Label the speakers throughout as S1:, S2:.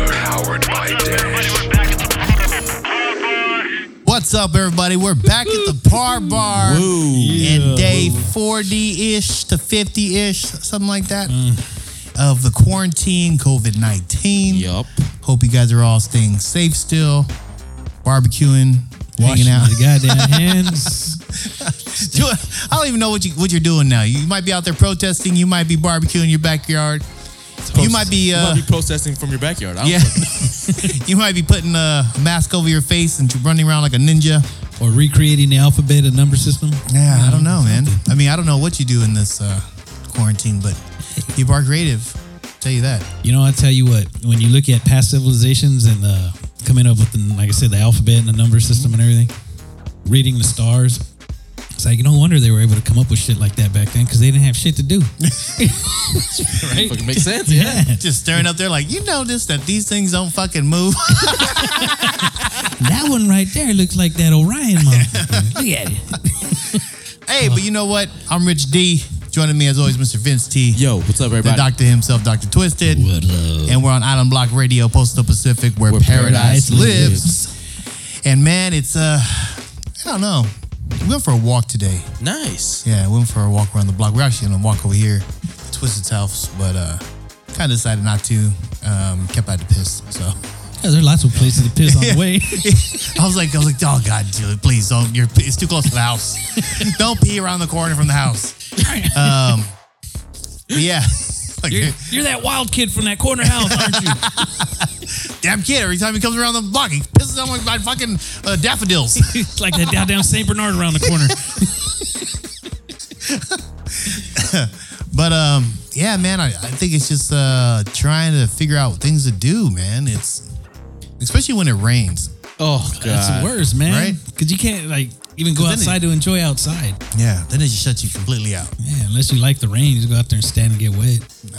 S1: covered by Dash.
S2: What's up, everybody? We're back at the Par Bar
S3: Woo.
S2: in day 40 ish to 50 ish, something like that, of the quarantine COVID 19.
S3: Yup.
S2: Hope you guys are all staying safe still, barbecuing,
S4: Washing
S2: hanging out.
S4: the goddamn hands.
S2: Do- I don't even know what you what you're doing now. You might be out there protesting. You might be barbecuing in your backyard. You might be
S3: you
S2: uh,
S3: might be processing from your backyard. I don't
S2: yeah. you might be putting a mask over your face and running around like a ninja.
S4: Or recreating the alphabet and number system.
S2: Yeah, I don't know, man. I mean, I don't know what you do in this uh, quarantine, but you are creative. Tell you that.
S4: You know, I tell you what, when you look at past civilizations and uh, coming up with, the, like I said, the alphabet and the number system and everything, reading the stars, it's like, no wonder they were able to come up with shit like that back then because they didn't have shit to do.
S3: Right? Fucking makes sense. Yeah.
S2: Just staring up there, like you notice that these things don't fucking move.
S4: That one right there looks like that Orion motherfucker. Look at it.
S2: hey, but you know what? I'm Rich D. Joining me as always, Mr. Vince T.
S3: Yo, what's up,
S2: The
S3: everybody?
S2: doctor himself, Dr. Twisted.
S4: up?
S2: And we're on Island Block Radio, Postal Pacific, where,
S3: Where
S2: paradise,
S3: paradise
S2: lives. And man, it's, uh, I don't know. We went for a walk today.
S3: Nice.
S2: Yeah, we went for a walk around the block. We're actually gonna walk over here, to Twisted's house, but uh, kind of decided not to. Um, kept out the piss, so
S4: Yeah, there are lots of places to piss on the way.
S2: I was like, I was like, oh god, Julie, please don't. You're it's too close to the house. don't pee around the corner from the house. Um, but yeah, like
S4: You're, you're that wild kid from that corner house, aren't you?
S2: damn kid. Every time he comes around the block, he pisses on my- my fucking uh, daffodils.
S4: It's like that down, down St. Bernard around the corner.
S2: But um, yeah, man, I, I think it's just uh trying to figure out things to do, man. It's especially when it rains.
S3: Oh, God.
S4: That's worse, man.
S2: Right?
S4: Because you can't like even go
S2: Cause then
S4: outside to enjoy outside.
S2: Yeah, then it just shuts you completely out.
S4: Yeah, unless you like the rain, you just go out there and stand and get wet.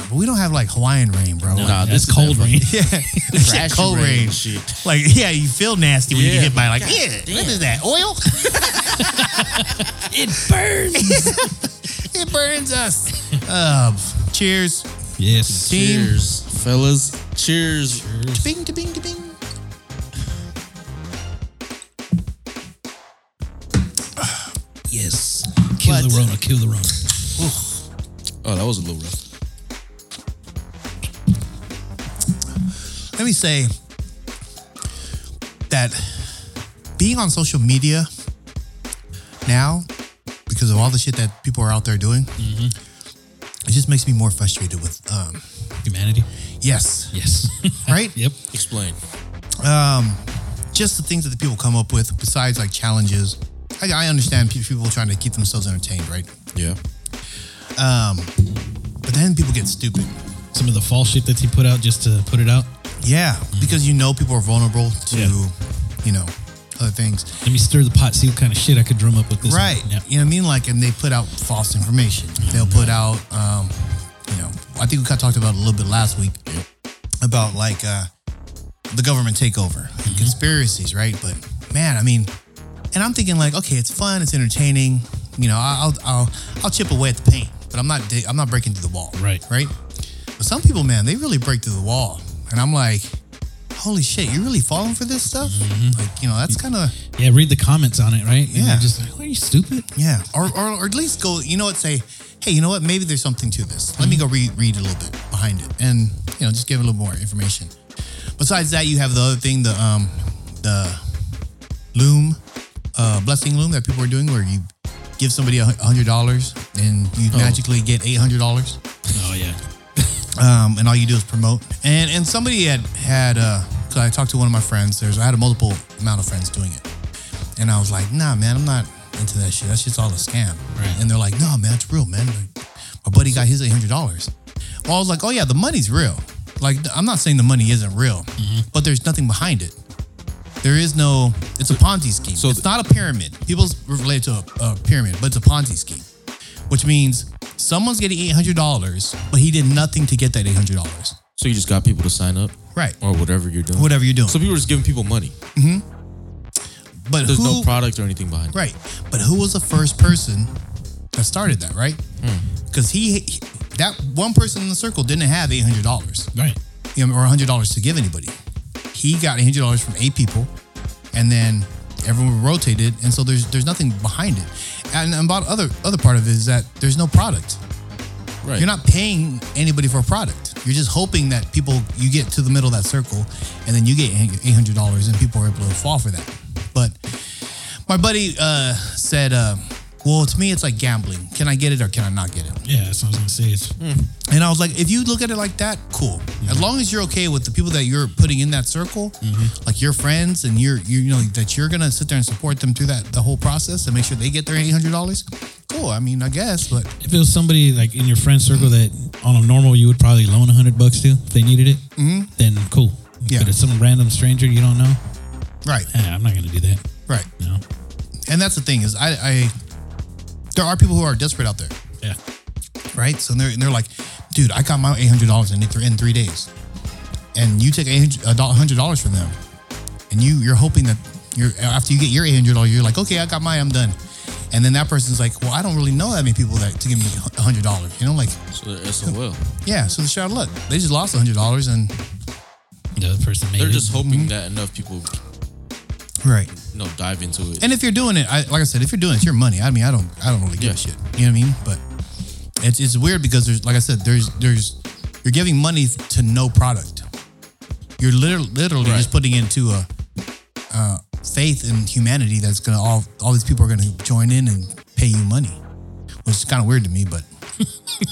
S2: But we don't have like Hawaiian rain, bro.
S3: No,
S2: Like,
S3: nah,
S4: Yeah,
S3: this
S4: it's cold rain.
S2: this shit
S3: Trash
S2: cold rain.
S3: rain shit.
S2: Like, yeah, you feel nasty when you
S3: Yeah.
S2: get hit by like,
S3: God
S2: yeah, what
S3: damn.
S2: is that? Oil?
S4: it burns.
S2: it burns us. Uh, cheers.
S4: yes.
S2: Team.
S3: Cheers, fellas. Cheers.
S2: Bing, bing, bing.
S4: Yes. Kill
S2: But-
S4: the Rona. Kill the Rona.
S3: Oh, that was a little rough.
S2: Let me say that being on social media now, because of all the shit that people are out there doing, it just makes me more frustrated with, um,
S4: Humanity.
S2: yes,
S4: Yes.
S2: right?
S4: yep.
S3: Explain.
S2: just the things that the people come up with besides like challenges i, I understand pe- people trying to keep themselves entertained right Um,
S3: Yeah.
S2: but then people get stupid
S4: Some of the false shit that he put out just to put it out.
S2: yeah because you know people are vulnerable to
S4: Yeah.
S2: you know other things
S4: Let me stir the pot, see what kind of shit I could drum up with this. one.
S2: right
S4: Yeah.
S2: you know what i mean like and they put out false information they'll put out um you know i think we kind of talked about it a little bit last week about like uh the government takeover
S4: Mm-hmm.
S2: and conspiracies right but man i mean and I'm thinking like, okay, it's fun, it's entertaining. You know, I- I'll I'll I'll chip away at the paint, but I'm not dig- I'm not breaking through the wall.
S4: Right.
S2: Right. But some people, man, they really break through the wall, and I'm like, holy shit, you really falling for this stuff?
S4: Mm-hmm.
S2: Like, you know, that's kind of
S4: Yeah. Read the comments on it, right? And
S2: Yeah.
S4: you're just like, are you stupid?
S2: yeah, or, or or at least go, you know what, say, hey, you know what, maybe there's something to this. Let me go read read a little bit behind it, and you know, just give a little more information. Besides that, you have the other thing, the um, the loom, uh, blessing loom that people are doing, where you give somebody a hun- a hundred dollars and you magically get eight hundred dollars,
S4: Oh yeah.
S2: um, and all you do is promote. And and somebody had had uh, 'cause I talked to one of my friends. There's I had a multiple amount of friends doing it, and I was like, nah, man, I'm not into that shit. That shit's all a scam.
S4: Right.
S2: And they're like, nah, man, it's real, man. Like, my buddy got his eight hundred dollars. Well, I was like, oh yeah, the money's real. Like I'm not saying the money isn't real,
S3: Mm-hmm.
S2: but there's nothing behind it. There is no. It's a Ponzi scheme. So
S3: So
S2: it's not a pyramid. People relate to a, a pyramid, but it's a Ponzi scheme, which means someone's getting eight hundred dollars, but he did nothing to get that eight hundred dollars.
S3: So you just got people to sign up?
S2: Right.
S3: Or whatever you're doing.
S2: Whatever you're doing.
S3: So people are just giving people money.
S2: but
S3: There's
S2: who?
S3: no product or anything behind it.
S2: right. But who was the first person that started that? Right. Because he, he- that one person in the circle didn't have eight hundred dollars
S4: Right.
S2: you know, or hundred dollars to give anybody. he got hundred dollars from eight people, and then everyone rotated, and so there's there's nothing behind it. And, and about other other part of it is that there's no product.
S3: Right.
S2: You're not paying anybody for a product. You're just hoping that people you get to the middle of that circle, and then you get eight hundred dollars, and people are able to fall for that. But my buddy uh, said, uh, "Well, to me, it's like gambling. Can I get it or can I not get it?"
S4: Yeah, that's what I was gonna say. It's
S2: And I was like, if you look at it like that, cool. As long as you're okay with the people that you're putting in that circle, like your friends, and you're you, you know that you're gonna sit there and support them through that the whole process and make sure they get their eight hundred dollars. Cool. I mean, I guess, but
S4: if it was somebody like in your friend circle that on a normal you would probably loan a hundred bucks to if they needed it, mm-hmm. then cool.
S2: Yeah.
S4: But it's some random stranger you don't know.
S2: right,
S4: eh, I'm not gonna do that.
S2: right.
S4: No.
S2: And that's the thing is, I, I there are people who are desperate out there,
S4: Yeah.
S2: right? So they're and they're like, dude, I got my eight hundred dollars in th- in three days, and you take eight hundred dollars from them, and you you're hoping that you're after you get your eight hundred dollars, you're like, okay, I got mine, I'm done. And then that person's like, well, I don't really know that many people that to give me hundred dollars, you know, like
S3: So they're SOL.
S2: yeah. So the shot look, they just lost hundred dollars, and
S4: The other person made
S3: They're
S4: it.
S3: just
S2: Mm-hmm.
S3: hoping that enough people
S2: right.
S3: you know, dive into it.
S2: And if you're doing it, I, like I said, if you're doing it, it's your money. I mean, I don't, I don't really give a
S3: Yeah.
S2: shit. You know what I mean? But it's it's weird because there's, like I said, there's, there's, you're giving money to no product. You're literally, literally
S3: Right.
S2: just putting into a uh, faith in humanity that's gonna all, all these people are gonna join in and pay you money, which is kind of weird to me. But
S4: yeah.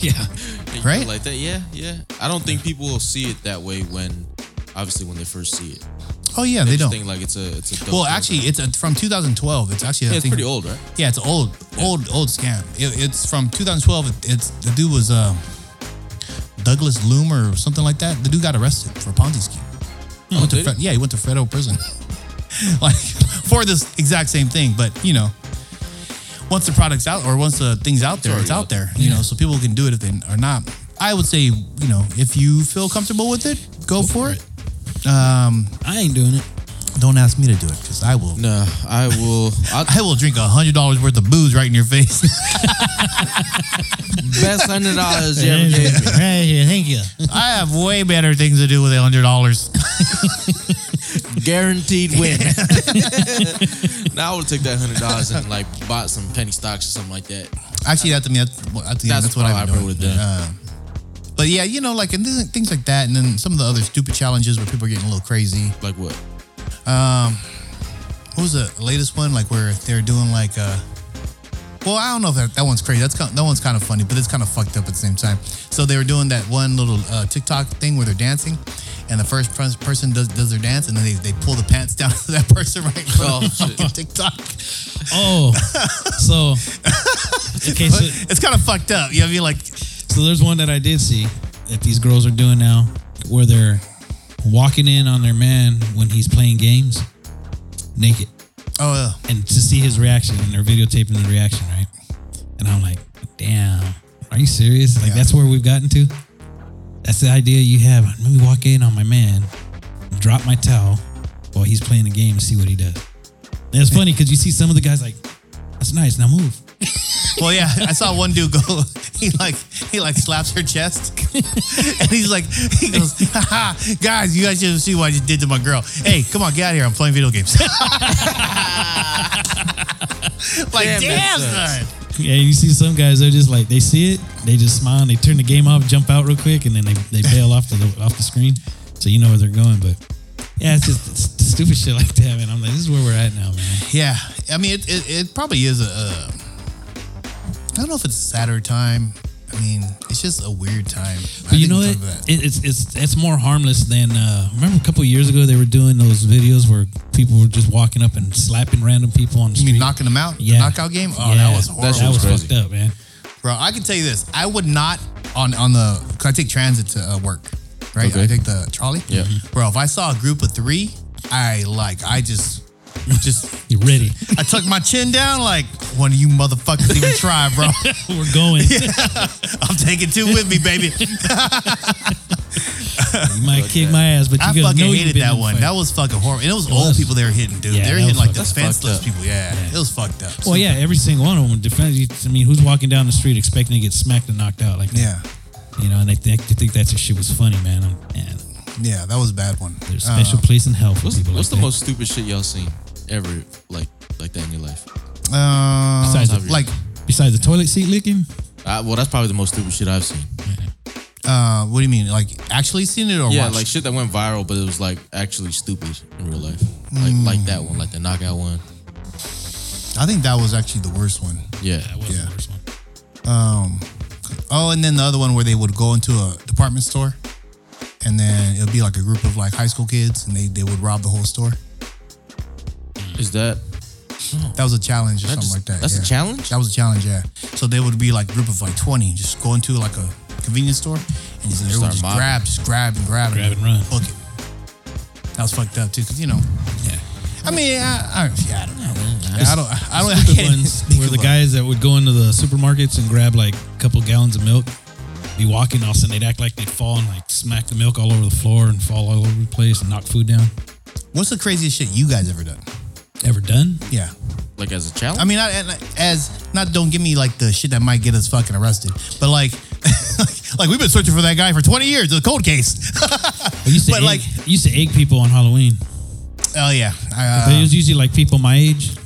S3: Yeah, you
S2: Right?
S3: feel Like that, yeah, yeah. I don't think people will see it that way when, obviously, when they first see it.
S2: oh yeah, they,
S3: They just
S2: don't.
S3: think like it's a it's a. dope
S2: Well,
S3: program.
S2: actually, it's a, from 2012. It's actually I
S3: yeah, it's
S2: think-
S3: pretty old, right?
S2: Yeah, it's old, old, old scam. It, it's from 2012. It, it's the dude was uh, Douglas Loomer or something like that. The dude got arrested for a Ponzi scheme. He went to
S3: did he?
S2: Fre- yeah, he went to federal prison, like for this exact same thing. But you know, once the product's out or once the thing's out there,
S3: already
S2: it's out,
S3: out
S2: there. You know, so people can do it if they are not. I would say, you know, if you feel comfortable with it, go, for it.
S4: I ain't doing it.
S2: Don't ask me to do it because I will.
S3: Nah, I will. I,
S2: I will drink a hundred dollars worth of booze right in your face.
S3: best hundred dollars you ever gave me.
S4: right here. Thank you.
S2: I have way better things to do with a hundred dollars.
S3: Guaranteed win. now I would take that hundred dollars and like bought some penny stocks or something like that.
S2: Actually, that's, I mean, that's, well, that's, yeah,
S3: That's
S2: that's what
S3: how
S2: I've
S3: I
S2: been doing.
S3: wrote it down.
S2: Uh, but yeah, you know, like and th- things like that, and then some of the other stupid challenges where people are getting a little crazy.
S3: Like what?
S2: What was the latest one? Like where they're doing like, uh, well, I don't know if that, that one's crazy. That's kind that one's kind of funny, but it's kind of fucked up at the same time. So they were doing that one little uh, TikTok thing where they're dancing, and the first pers- person does, does their dance, and then they, they pull the pants down to that person right in front
S3: Oh,
S2: of the
S3: shit.
S2: fucking TikTok.
S4: Oh. so. Okay.
S2: But
S4: So,
S2: it's kind of fucked up. You know, what I mean, like
S4: So there's one that I did see that these girls are doing now where they're walking in on their man when he's playing games naked
S2: oh. Uh,
S4: and to see his reaction and they're videotaping the reaction, right? And I'm like, damn, are you serious? Like
S2: Yeah.
S4: that's where we've gotten to? That's the idea you have. Let me walk in on my man, drop my towel while he's playing the game and see what he does. And it's funny because you see some of the guys like, that's nice, now move.
S2: Well, yeah, I saw one dude go. He like he like slaps her chest, and he's like, he goes, ha ha, guys, you guys should see what I just did to my girl. Hey, come on, get out of here. I'm playing video games. like
S3: Damn,
S2: damn,
S3: that
S2: son.
S4: Yeah, you see some guys. They're just like they see it, they just smile, and they turn the game off, jump out real quick, and then they, they bail off the off the screen. So you know where they're going. But yeah, it's just it's stupid shit like that, man. I'm like, this is where we're at now, man.
S2: Yeah, I mean, it it, it probably is a, a. I don't know if it's sadder time. I mean, it's just a weird time. I
S4: But you
S2: think
S4: know
S2: we'll
S4: what?
S2: talk about that.
S4: It, it's it's it's more harmless than. Uh, remember a couple years ago they were doing those videos where people were just walking up and slapping random people on the
S2: You
S4: street.
S2: mean knocking them out? The
S4: Yeah.
S2: knockout game? Oh,
S4: Yeah,
S2: that was horrible.
S3: shit
S4: That was
S3: was crazy.
S4: fucked up, man.
S2: Bro, I can tell you this. I would not on on the. Cause I take transit to uh, work, right?
S3: Okay.
S2: I take the trolley. Mm-hmm.
S3: Yeah.
S2: Bro, if I saw a group of three, I like I just just
S4: You're ready.
S2: I tuck my chin down like one of you motherfuckers even try, bro.
S4: we're going.
S2: I'm taking two with me, baby.
S4: You might kick my ass, but
S2: I
S4: you gonna
S2: fucking
S4: know
S2: hated that one. That was fucking horrible. And it was old
S4: was.
S2: people they were hitting, dude.
S4: Yeah,
S2: they were
S4: that
S2: hitting
S4: was
S2: like
S4: fucked up.
S2: defenseless
S3: That's fucked up.
S2: people. Yeah, It was fucked up.
S4: Well, yeah, every single one of them defends. You, I mean, who's walking down the street expecting to get smacked and knocked out like that?
S2: Yeah.
S4: You know, and they think, they think that shit was funny, man. I'm, man,
S2: Yeah, that was a bad one. Uh,
S4: There's a special place in hell for
S3: What's,
S4: people.
S3: what's
S4: like
S3: the
S4: that.
S3: most stupid shit y'all seen ever like like that in your life?
S2: Um,
S4: Besides
S3: the-
S2: like
S4: Besides the toilet seat licking,
S3: I, well, that's probably the most stupid shit I've seen.
S2: uh, what do you mean? Like actually seen it or
S3: Yeah,
S2: watched?
S3: like shit that went viral, but it was like actually stupid in real life. Like
S2: Hmm.
S3: like that one, like the knockout one.
S2: I think that was actually the worst one.
S3: Yeah.
S4: that was
S2: Yeah.
S4: the worst one.
S2: Oh, and then the other one where they would go into a department store, and then it would be like a group of like high school kids, and they they would rob the whole store.
S3: Is that
S2: That was a challenge or something
S3: That just-
S2: like that.
S3: that's a
S2: yeah.
S3: challenge?
S2: That was a challenge, yeah. So they would be like a group of like twenty, just go into like a convenience store and just, they would
S3: Start
S2: just
S3: mobbing.
S2: grab, just grab and grab,
S4: Grab and run.
S2: book it. That was fucked up too, because you know,
S4: Yeah.
S2: I mean, I, I, yeah, I don't know. Yeah, I don't, I don't, I
S4: stupid
S2: can't
S4: ones
S2: speak
S4: were the
S2: about it.
S4: guys that would go into the supermarkets and grab like a couple gallons of milk, be walking, all of a sudden they'd act like they'd fall and like smack the milk all over the floor and fall all over the place and knock food down.
S2: What's the craziest shit you guys ever done?
S4: Ever done?
S2: Yeah.
S3: like as a challenge?
S2: I mean, I, and as not don't give me like the shit that might get us fucking arrested, but like, like we've been searching for that guy for twenty years, the cold case.
S4: I used to
S2: But,
S4: egg,
S2: like-
S4: I used to egg people on Halloween.
S2: oh yeah,
S4: But it
S2: I, uh,
S4: was usually like people my age,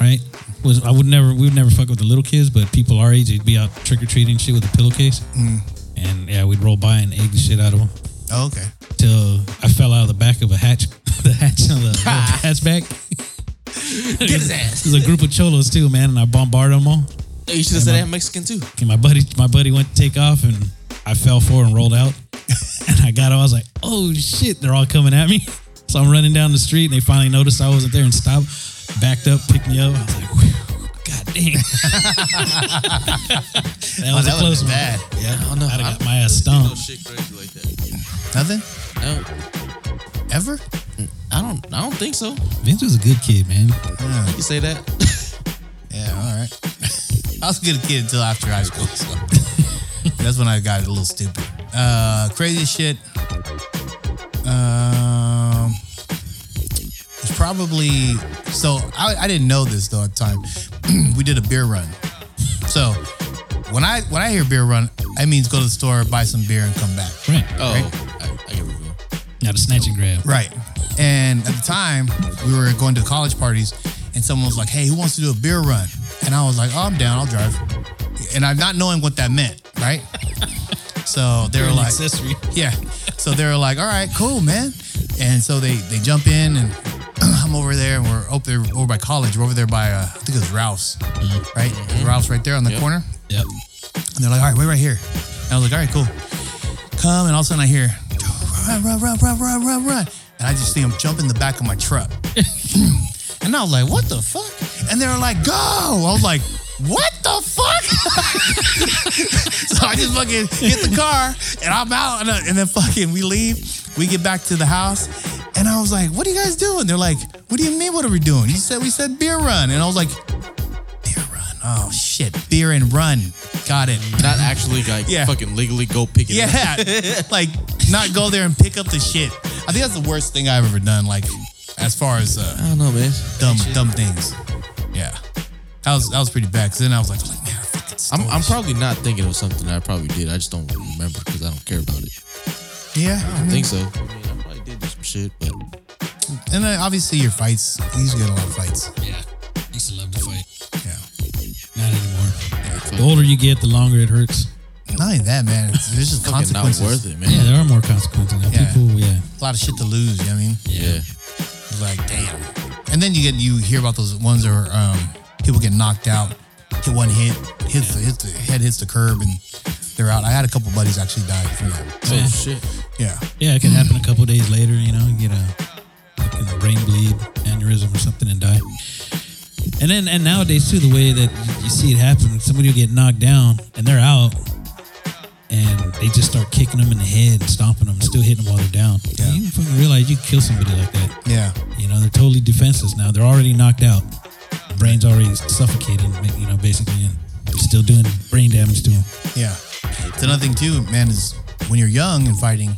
S4: right? Was I would never we would never fuck with the little kids, but people our age, they'd be out trick or treating shit with a pillowcase,
S2: Mm.
S4: and yeah, we'd roll by and egg the shit out of them
S2: oh, okay.
S4: till I fell out of the back of a hatch, the hatch of the hatchback. Get
S3: his ass.
S4: There's a group of cholos too, man, and I bombarded them all.
S3: Hey, you should have said that Mexican too.
S4: And my buddy, my buddy went to take off, and I fell forward and rolled out. and I got, up, I was like, "Oh shit!" They're all coming at me. So I'm running down the street, and they finally noticed I wasn't there and stopped, backed up, picked me up. I was like, "Whew, "God damn!" that
S2: Oh, that
S4: was a
S2: would've
S4: close
S2: been
S4: one.
S2: bad.
S4: Yeah, I don't know. I'd
S3: I
S4: have got my ass
S3: No
S4: stomped.
S3: Oh, shit crazy like that.
S2: Nothing
S3: No,
S2: ever.
S3: I don't. I don't think so.
S4: Vince was a good kid, man.
S2: Yeah,
S3: You say that?
S2: yeah all right. I was a good kid until after high school. So. That's when I got a little stupid. Uh, crazy shit. Um, it's probably so. I, I didn't know this though at the time. we did a beer run. So when I when I hear beer run, that means go to the store, buy some beer, and come back.
S4: Right.
S3: Oh,
S2: Right?
S3: I, I get what you're going.
S4: Now the snatch and grab.
S2: Right. And at the time, we were going to college parties, and someone was like, "Hey, who wants to do a beer run?" And I was like, "Oh, I'm down. I'll drive." And I'm not knowing what that meant, right? So they were
S4: An
S2: like,
S4: accessory.
S2: yeah. So they were like, all right, cool, man. And so they they jump in and I'm over there and we're over there over by college. We're over there by uh, I think it was Ralph's, right? Ralph's right there on the corner.
S4: Yep.
S2: And they're like, all right, wait right here. And I was like, all right, cool. Come and all of a sudden I hear run, run, run, run, run, run, run. And I just see them jump in the back of my truck. and I was like, what the fuck? And they were like, go. I was like, what the fuck? so I just fucking hit the car and I'm out. And, I- and then fucking we leave. We get back to the house. And I was like, what are you guys doing? They're like, what do you mean? What are we doing? You said we said beer run. And I was like, beer run. Oh shit. Beer and run. Got it.
S3: Not actually like
S2: Yeah.
S3: fucking legally go pick it up.
S2: Yeah. like not go there and pick up the shit. I think that's the worst thing I've ever done. Like as far as uh,
S3: I don't know, man.
S2: dumb dumb things. Yeah. That was that was pretty bad. Cause then I was like, like man, I fucking
S3: I'm,
S2: stole
S3: I'm
S2: this
S3: probably not thinking of something that I probably did. I just don't remember because I don't care about it.
S2: shit." yeah.
S3: I think so. I mean, I probably did do some shit, but
S2: And then obviously your fights. You used to get a lot of fights.
S4: Yeah. Used to love to fight.
S2: Yeah.
S4: Not anymore. The older you get, the longer it hurts.
S2: Not even that, man. It's, there's just
S3: fucking not
S2: consequences.
S3: worth it, man.
S4: Yeah, there are more consequences now.
S2: Yeah.
S4: People, yeah.
S2: A lot of shit to lose. You know what I mean?
S3: Yeah.
S2: It's like damn. And then you get you hear about those ones where um, people get knocked out, hit one hit, hits the, hits the head hits the curb, and they're out. I had a couple buddies actually die from that. So,
S3: Oh
S4: Yeah.
S3: shit.
S2: yeah,
S4: Yeah, it can happen a couple days later. You know, you get a, like a brain bleed, aneurysm, or something, and die. And then, and nowadays too, the way that you- you see it happen, somebody will get knocked down and they're out, and they just start kicking them in the head and stomping them, still hitting them while they're down.
S2: Yeah.
S4: You don't fucking realize you kill somebody like that.
S2: yeah,
S4: You know, they're totally defenseless now. They're already knocked out. Brain's already suffocating. You know, basically, and they're still doing brain damage to them.
S2: yeah. It's another thing too, man. Is when you're young and fighting,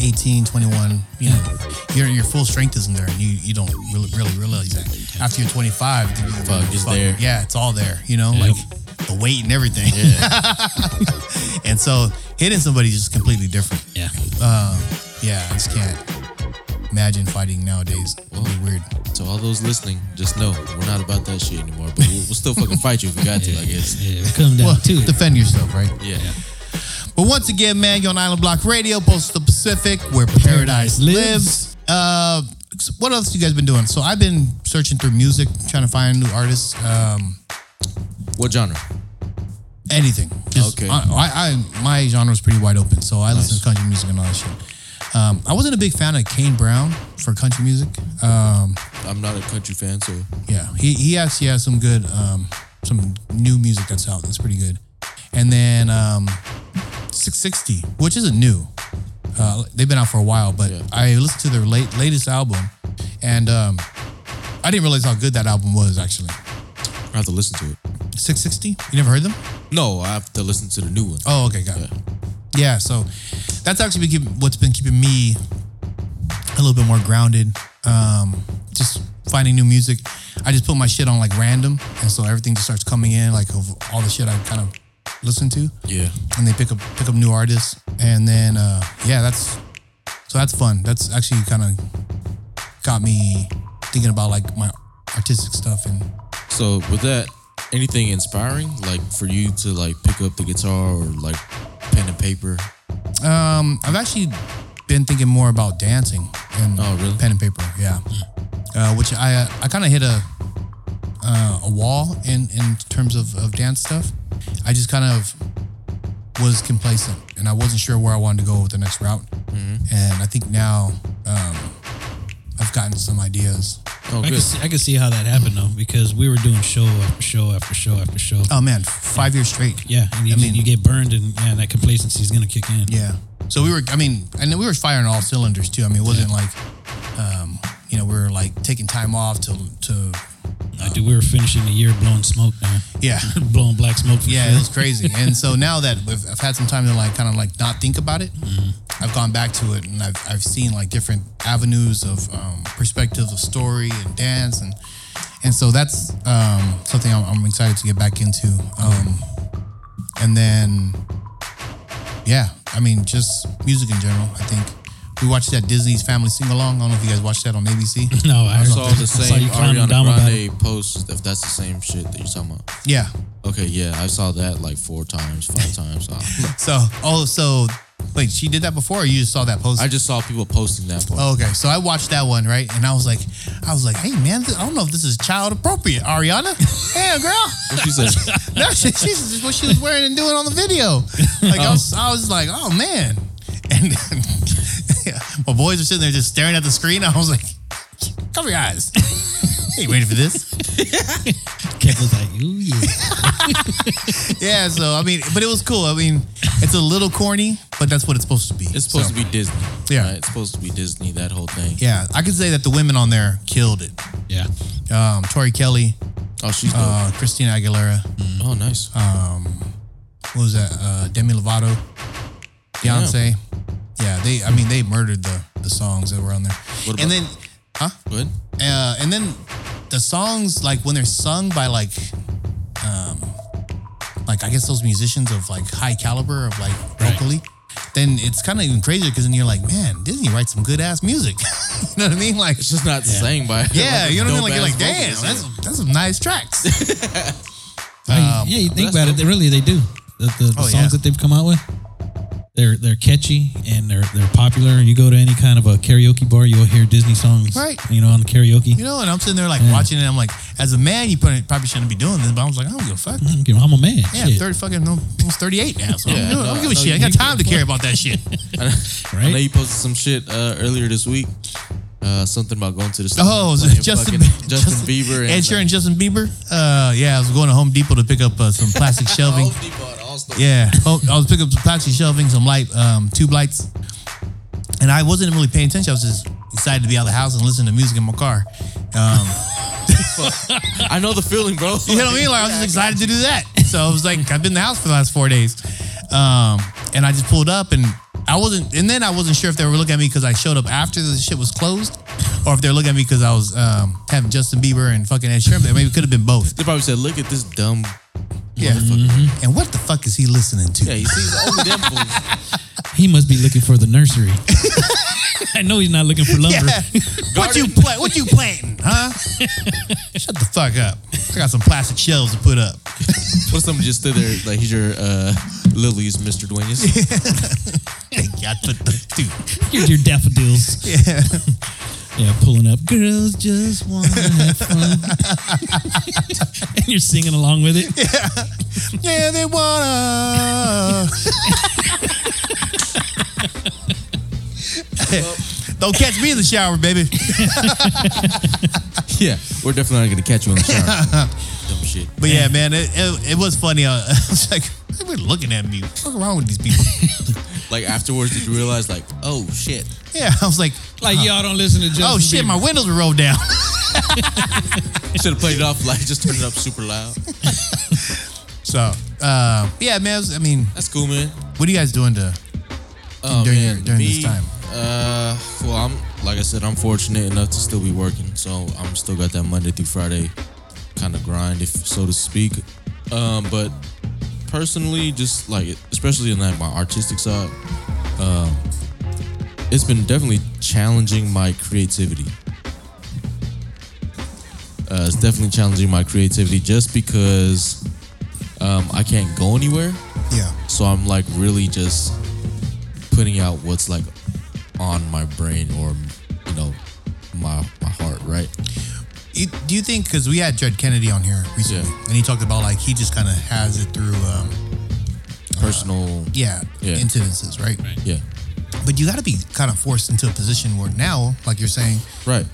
S2: 18, 21, you know, your your full strength isn't there, and you you don't really really realize that. After you're 25, you-
S3: Fuck, it's there.
S2: Yeah, it's all there. You know,
S4: Yep.
S2: like the weight and everything. and so hitting somebody is just completely different.
S4: Yeah.
S2: Uh, Yeah, I just can't imagine fighting nowadays. It'd be weird.
S3: To all those listening, just know we're not about that shit anymore. But we'll, we'll still fucking fight you if we got to. I guess.
S4: Yeah, it come down
S2: Well,
S4: to it.
S2: defend yourself, right?
S3: Yeah.
S2: But once again, man, you're on Island Block Radio, Post the Pacific, where paradise,
S4: paradise
S2: lives. Uh, what else you guys been doing? So I've been searching through music, trying to find new artists. Um,
S3: What genre?
S2: anything. Just-
S3: Okay.
S2: I, I, I my genre is pretty wide open, so I listen to country music and all that shit. Um, I wasn't a big fan of Kane Brown for country music. Um,
S3: I'm not a country fan, so
S2: yeah, he he actually has some good um, some new music that's out that's pretty good. And then um, 660, which isn't new. Uh, they've been out for a while, but
S3: Yeah.
S2: I listened to their late latest album, and um, I didn't realize how good that album was actually.
S3: I have to listen to it.
S2: 660, you never heard them?
S3: No, I have to listen to the new one.
S2: Oh, okay, got it. Yeah, so that's actually been keeping, what's been keeping me a little bit more grounded. Um, just finding new music. I just put my shit on like random, and so everything just starts coming in, like of all the shit I kind of listen to,
S3: Yeah.
S2: and they pick up pick up new artists, and then uh, yeah, that's so that's fun. That's actually kind of got me thinking about like my artistic stuff and
S3: So with that, anything inspiring, like for you to like pick up the guitar or like pen and paper?
S2: Um, I've actually been thinking more about dancing and
S3: Oh, really? Hmm.
S2: pen and paper. Yeah, uh, which I uh, I kind of hit a uh, a wall in in terms of, of dance stuff. I just kind of was complacent and I wasn't sure where I wanted to go with the next route.
S3: Mm-hmm.
S2: And I think now um, I've gotten some ideas.
S3: Oh,
S4: I can,
S3: good.
S4: see, I can see how that happened though, because we were doing show after show after show after show.
S2: Oh man, five years straight.
S4: Yeah, and you,
S2: I mean-
S4: you get burned, and yeah, that complacency is gonna kick in.
S2: Yeah. So we were, I mean, and we were firing all cylinders too. I mean, it wasn't like, um, you know, we were like taking time off to, to,
S4: Like, dude, we were finishing the year blowing smoke, man.
S2: yeah.
S4: blowing black smoke. From
S2: Yeah,
S4: the
S2: it was crazy. and so now that we've, I've had some time to like kind of like not think about it, I've gone back to it and I've, I've seen like different avenues of um, perspectives of story and dance and and so that's um, something I'm, I'm excited to get back into. Um, and then yeah, I mean just music in general. I think we watched that Disney's Family Sing Along. I don't know if you guys watched that on ABC.
S4: No, I,
S3: I
S4: heard
S3: saw
S4: that.
S3: the
S4: I saw
S3: same
S4: you clowning
S3: Ariana
S4: Dom about it.
S3: Grande post. If that's the same shit that you're talking about.
S2: yeah,
S3: Okay, yeah, I saw that like four times, five times. I-
S2: so oh so wait, she did that before or you just saw that post?
S3: I just saw people posting that part.
S2: Oh, okay, so I watched that one right, and I was like, I was like, hey man, th- I don't know if this is child appropriate, Ariana. Damn, girl,
S3: What she said?
S2: no, she, she's just what she was wearing and doing on the video. Like I, was, I was like, oh man, and then, yeah, my boys were sitting there just staring at the screen. I was like, cover your eyes. Ain't ready for this.
S4: Kev was like, ooh yeah.
S2: Yeah, so I mean, but it was cool. I mean, it's a little corny, but that's what it's supposed to be.
S3: It's supposed
S2: So,
S3: to be Disney.
S2: Yeah.
S3: right? it's supposed to be Disney. That whole thing.
S2: Yeah, I could say that the women on there killed it.
S4: yeah.
S2: Um, Tori Kelly,
S3: Oh, she's dope.
S2: uh, Christina Aguilera.
S3: oh, nice.
S2: uh, what was that? Uh, Demi Lovato, Beyonce. Yeah, they. I mean, they murdered the the songs that were on there.
S3: What
S2: and
S3: about-
S2: then, huh?
S3: Good.
S2: Uh, and then the songs like when they're sung by like, um, like I guess those musicians of like high caliber of like
S4: Right.
S2: vocally. Then it's kind of even crazier because then you're like, man, Disney writes some good ass music. you know what I mean? Like,
S3: It's just not sang by.
S2: yeah,
S3: like,
S2: you know what I mean? Like, you're like,
S3: dope-ass
S2: damn,
S3: vocals,
S2: that's
S3: yeah.
S2: that's some nice tracks. Um,
S4: I mean, yeah, you think
S3: that's
S4: about it. They really they do. The, the, the
S2: Oh,
S4: songs
S2: yeah.
S4: that they've come out with, they're they're catchy and they're they're popular. You go to any kind of a karaoke bar, you'll hear Disney songs,
S2: Right.
S4: You know, on the karaoke.
S2: you know, and I'm sitting there like watching it. I'm like, as a man, you probably probably shouldn't be doing this, but I was like, I don't give a fuck.
S4: I don't give- I'm a man.
S2: Yeah,
S4: shit,
S2: 30 fucking, no, almost 38 now. So
S3: Yeah,
S2: I, don't, I
S3: no,
S2: don't give a
S3: no,
S2: shit. I ain't
S3: you-
S2: got time to care about that shit.
S3: I know
S4: right?
S3: you posted some shit uh, earlier this week. Uh, something about going to the store.
S2: Oh,
S3: and
S2: so
S3: playing
S2: Justin,
S3: fucking Justin,
S2: Justin-
S3: Bieber and
S2: Ed Sheeran, and Justin Bieber. Uh, yeah, I was going to Home Depot to pick up uh, some plastic
S3: Uh,
S2: shelving.
S3: Home Depot and all stuff.
S2: Yeah, oh, I was picking up some plastic shelving, some light, um, tube lights, and I wasn't really paying attention. I was just excited to be out of the house and listen to music in my car. Um,
S3: I know the feeling, bro.
S2: You know what I mean? Like I was just excited to do that. So I was like, I've been in the house for the last four days, um, and I just pulled up, and I wasn't, and then I wasn't sure if they were looking at me because I showed up after the shit was closed, or if they're looking at me because I was um, having Justin Bieber and fucking Ed Sheeran. But Maybe it could have been both.
S3: They probably said, "Look at this dumb
S2: Yeah. Mm-hmm. And what the fuck is he listening to?
S3: Yeah, he sees only them fools.
S4: He must be looking for the nursery. I know he's not looking for lumber.
S2: Yeah. what you plant? What you planting? Huh? Shut the fuck up. I got some plastic shelves to put up.
S3: Put something just stood there like he's your uh, lilies, Mr. Duenas.
S2: Thank you. I put the dude.
S4: Here's your daffodils. Yeah. Yeah, pulling up. Girls just want to have fun. and you're singing along with it.
S2: Yeah, they wanna. Don't catch me in the shower, baby.
S3: yeah, we're definitely not gonna catch you on the shower. Dumb shit.
S2: But yeah, man, it, it, it was funny. Uh, I was like, they were looking at me. What's wrong with these people?
S3: Like afterwards, did you realize like, oh shit,
S2: Yeah, I was like,
S4: Like, y'all don't listen to Justin
S2: oh shit,
S4: Bieber.
S2: my windows were rolled down.
S3: should have played it off like just turn it up super loud.
S2: So, uh, yeah, man. it was- I mean,
S3: That's cool, man.
S2: what are you guys doing to
S3: Oh,
S2: During
S3: man,
S2: your- during this
S3: me,
S2: time.
S3: Uh, well, I'm like I said, I'm fortunate enough to still be working, so I'm still got that Monday through Friday kind of grind, if so to speak. Um, but personally, just like especially in like my artistic side, um, it's been definitely challenging my creativity. Uh, it's definitely challenging my creativity just because um, I can't go anywhere.
S2: Yeah.
S3: So I'm like really just putting out what's like on my brain or you know my my heart, right?
S2: You, do you think because we had Judge Kennedy on here recently,
S3: Yeah.
S2: and he talked about like he just kind of has it through, um,
S3: Personal.
S2: yeah,
S3: Yeah.
S2: incidences, right?
S4: Right.
S3: yeah.
S2: But you got to be kind of forced into a position where now, like you're saying,
S3: Right.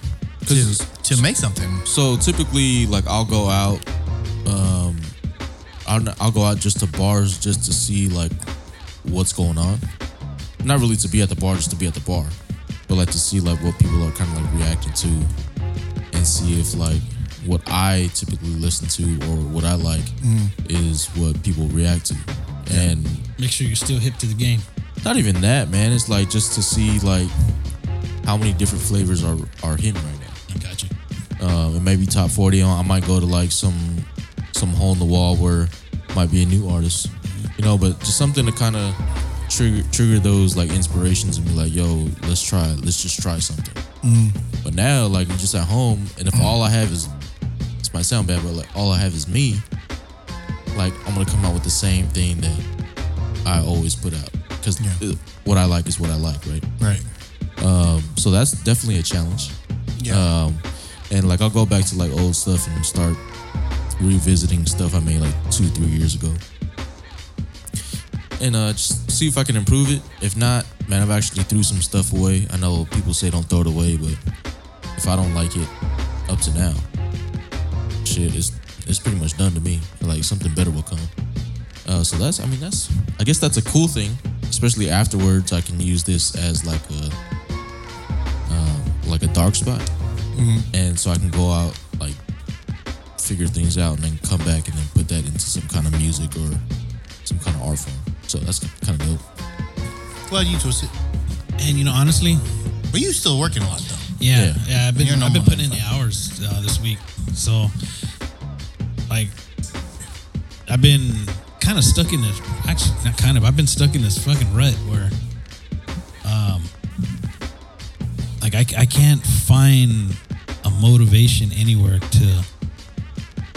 S2: to,
S3: Cuz
S2: to make something.
S3: so typically like I'll go out um I'll, I'll go out just to bars just to see like what's going on. Not really to be at the bar just to be at the bar, but like to see like what people are kind of like reacting to and see if like what I typically listen to or what I like is what people react to. And
S4: Make sure you're still hip to the game.
S3: not even that, man. It's like just to see like how many different flavors are are hitting right now
S4: I got you.
S3: um, it may be top 40 on i might go to like some some hole in the wall where might be a new artist you know but just something to kind of trigger trigger those like inspirations and be like yo let's try it. let's just try something but now like i'm just at home and if all i have is this might sound bad but like all i have is me like i'm gonna come out with the same thing that i always put out because
S2: Yeah.
S3: what i like is what i like right
S2: Right.
S3: so that's definitely a challenge
S2: Yeah.
S3: um, and like I'll go back to like old stuff and start revisiting stuff I made like two, three years ago, and uh, just see if I can improve it. If not, man, I've actually threw some stuff away. I know people say don't throw it away, but if I don't like it, up to now, shit, it's it's pretty much done to me. Like something better will come. Uh, so that's, I mean, that's, I guess that's a cool thing. Especially afterwards, I can use this as like a, uh, like a dark spot, and so I can go out like figure things out and then come back and then put that into some kind of music or some kind of art form. So that's kind of dope.
S2: Well, you twisted.
S4: And you know, honestly,
S2: But you still working a lot though.
S4: yeah,
S3: Yeah.
S4: yeah, I've been
S2: You're
S4: I've been
S2: normal.
S4: putting in the hours uh, this week, so like I've been kind of stuck in this. Actually, not kind of. I've been stuck in this fucking rut where, um, like I I can't find a motivation anywhere to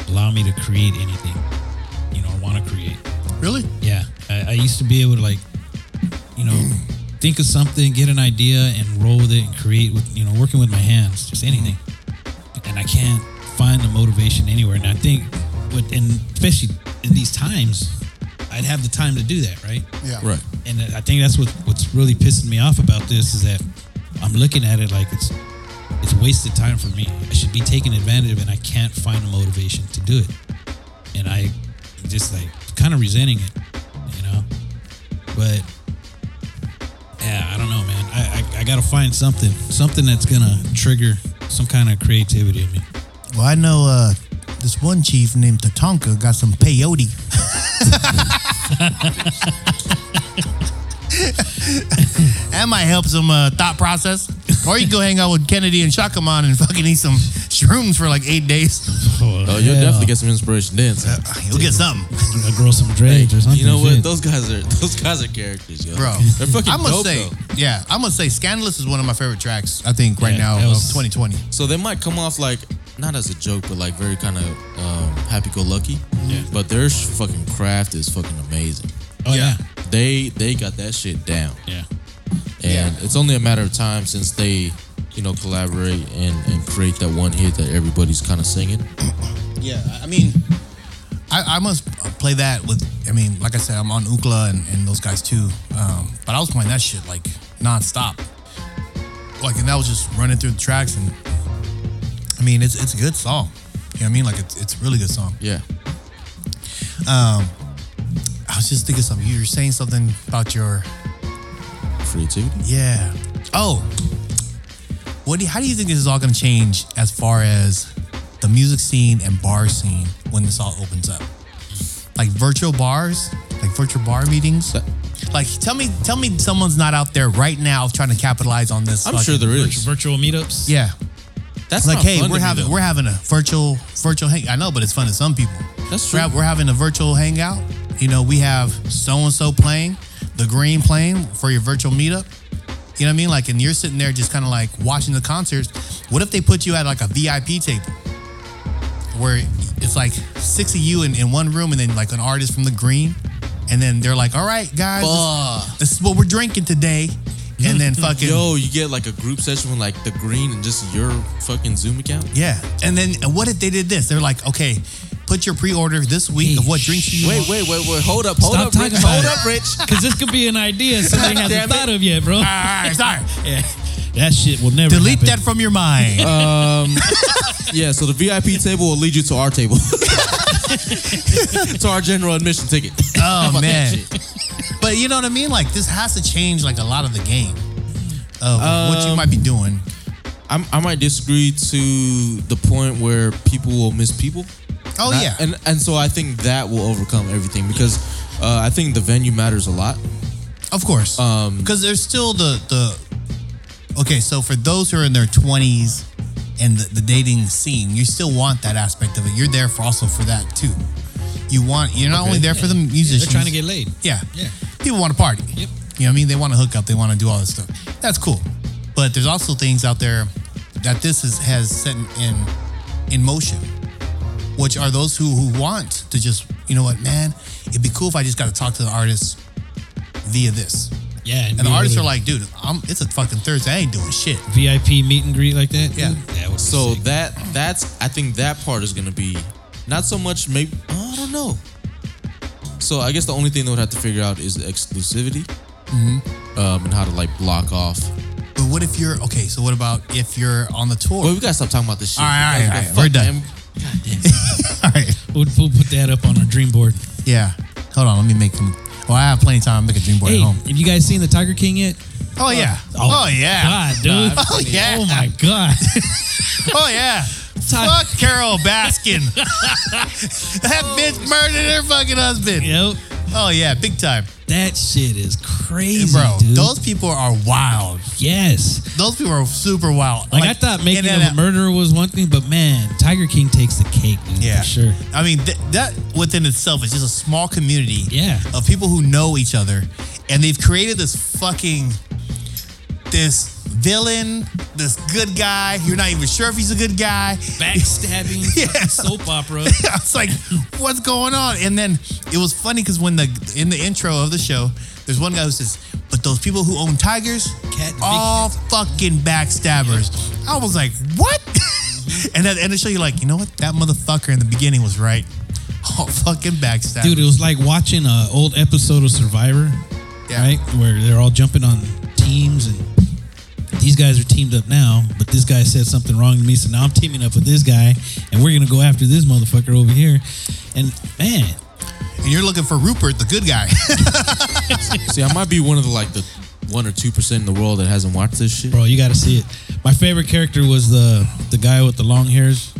S4: allow me to create anything, you know, I want to create.
S2: Really?
S4: Yeah, I, I used to be able to like, you know, think of something, get an idea, and roll with it, and create with you know working with my hands, just anything. And I can't find the motivation anywhere. And I think, with and especially in these times, I'd have the time to do that, right?
S2: Yeah.
S4: And I think that's what what's really pissing me off about this is that I'm looking at it like it's it's wasted time for me. I should be taking advantage of it, and I can't find the motivation to do it. And I just like kind of resenting it, you know. But yeah, I don't know, man. I I, I gotta find something, something that's gonna trigger some kind of creativity in me.
S2: Well, I know uh, this one chief named Tatanka got some peyote. that might help some uh, thought process. Or you go hang out with Kennedy and Shakaman and fucking eat some shrooms for like eight days.
S4: Oh,
S3: Oh, you'll
S4: hell.
S3: definitely get some inspiration then. son.
S2: You'll get something,
S4: I'll grow some dreads or something.
S3: you know what?
S4: shit.
S3: Those guys are those guys are characters, yo.
S2: bro.
S3: they're fucking
S2: I must
S3: dope.
S2: say,
S3: though.
S2: yeah, I must say, "Scandalous" is one of my favorite tracks. I think right
S4: Yeah,
S2: now
S4: that
S2: of
S4: was-
S2: 2020.
S3: So they might come off like not as a joke, but like very kind of um, happy-go-lucky.
S4: Yeah.
S3: But their sh- fucking craft is fucking amazing.
S4: oh yeah.
S3: They they got that shit down,
S4: Yeah.
S3: and
S2: Yeah.
S3: it's only a matter of time since they, you know, collaborate and and create that one hit that everybody's kind of singing.
S2: Yeah, I mean, I, I must play that with. I mean, like I said, I'm on Ukla and, and those guys too. Um, but I was playing that shit like nonstop, like, and that was just running through the tracks. And I mean, it's it's a good song. You know what I mean? Like, it's it's a really good song.
S3: Yeah.
S2: I was just thinking something. You were saying something about your
S3: Creativity.
S2: yeah. Oh, what? Do you, how do you think this is all going to change as far as the music scene and bar scene when this all opens up? Like virtual bars, like virtual bar meetings.
S3: That-
S2: Like, tell me, tell me, someone's not out there right now trying to capitalize on this.
S3: I'm
S2: fucking-
S3: sure there is.
S4: Virtual meetups.
S2: Yeah.
S3: That's
S2: Like,
S3: not
S2: hey,
S3: fun
S2: we're
S3: to me,
S2: having
S3: though.
S2: we're having a virtual virtual hang. I know, but it's fun to some people.
S3: That's
S2: We're,
S3: true.
S2: ha- we're having a virtual hangout. You know, we have so and so playing, the green playing for your virtual meetup. You know what I mean? Like, and you're sitting there just kind of like watching the concerts. What if they put you at like a VIP table where it's like six of you in, in one room and then like an artist from the green? And then they're like, all right, guys,
S3: Fuck.
S2: this, this is what we're drinking today. And then fucking.
S3: Yo, you get like a group session with like the green and just your fucking Zoom account.
S2: Yeah. And then what if they did this? They're like, okay, put your pre order this week
S4: Hey,
S2: of what drinks you want.
S3: Wait, wait, wait, wait. Hold up, hold
S4: Stop
S3: up,
S4: talking
S3: Rich.
S4: about
S3: Hold
S4: it.
S3: up, Rich.
S4: Because this could be an idea somebody
S3: Damn
S4: hasn't
S3: it.
S4: thought of yet, bro.
S2: All right, sorry.
S4: Yeah. That shit will never
S2: Delete that
S4: happen. Uh,
S2: from your mind.
S3: Yeah, so the VIP table will lead you to our table. to our general admission ticket.
S2: oh man. But you know what I mean? Like this has to change like a lot of the game of what
S4: Um,
S2: you might be doing.
S3: I'm, I might disagree to the point where people will miss people.
S2: Oh
S3: And I-
S2: yeah.
S3: and and so I think that will overcome everything because uh, I think the venue matters a lot.
S2: Of course.
S4: um,
S2: Because there's still the the. Okay, so for those who are in their 20s and the, the dating scene, you still want that aspect of it. You're there for also for that too. You want you're not
S3: Okay.
S2: only there for the
S4: Yeah,
S2: musicians.
S4: They're trying to get laid.
S2: Yeah.
S4: Yeah.
S2: People want to party.
S4: Yep.
S2: You know what I mean? They want to hook up. They want to do all this stuff. That's cool. But there's also things out there that this is, has set in, in in motion, which are those who who want to just you know what man, it'd be cool if I just got to talk to the artist via this.
S4: Yeah.
S2: And the
S4: be
S2: artists are
S4: able
S2: like, dude, I'm, it's a fucking Thursday. I ain't doing shit.
S4: to- VIP meet and greet like that. dude?
S2: Yeah.
S4: That would be
S3: So
S4: sick.
S3: that that's I think that part is gonna be not so much maybe I don't know. So I guess the only thing they would have to figure out is exclusivity,
S2: Mm-hmm.
S3: um, and how to like block off.
S2: But what if you're okay? So what about if you're on the tour?
S3: Well, we gotta stop talking about this shit.
S2: All right, all right,
S3: Fuck,
S2: all right. We're done.
S3: man.
S2: all right.
S4: We'll, we'll put that up on our dream board.
S2: Yeah. Hold on. Let me make them. Well, I have plenty of time to make a dream board
S4: Hey,
S2: at home.
S4: have you guys seen the Tiger King yet?
S2: Oh yeah.
S4: oh,
S2: Oh, yeah.
S4: God, dude.
S2: Oh yeah.
S4: Oh my god.
S2: Oh yeah.
S4: Ty-
S2: Fuck Carol Baskin. that bitch murdered her fucking husband.
S4: yep.
S2: Oh yeah, big time.
S4: That shit is crazy,
S2: Bro,
S4: dude.
S2: those people are wild.
S4: yes.
S2: Those people are super wild.
S4: Like, I thought making
S2: and-
S4: of a
S2: and-
S4: murderer was one thing, but man, Tiger King takes the cake, dude.
S2: Yeah.
S4: For sure.
S2: I mean, th- that within itself is just a small community
S4: Yeah.
S2: of people who know each other and they've created this fucking this villain, this good guy. You're not even sure if he's a good guy.
S4: Backstabbing
S2: Yeah.
S4: soap opera.
S2: I was like, what's going on? And then it was funny because when the in the intro of the show, there's one guy who says, but those people who own tigers,
S4: Cat-
S2: all fucking backstabbers. I was like, what? and at the end of the show, you're like, you know what? That motherfucker in the beginning was right. All fucking backstabbers.
S4: Dude, it was like watching an old episode of Survivor,
S2: Yeah.
S4: right? Where they're all jumping on teams and these guys are teamed up now, but this guy said something wrong to me, so now I'm teaming up with this guy and we're going to go after this motherfucker over here. And man,
S2: and you're looking for Rupert, the good guy.
S3: See, I might be one of the like the one or two percent in the world that hasn't watched this shit.
S4: bro, you got to see it. My favorite character was the the guy with the long hairs.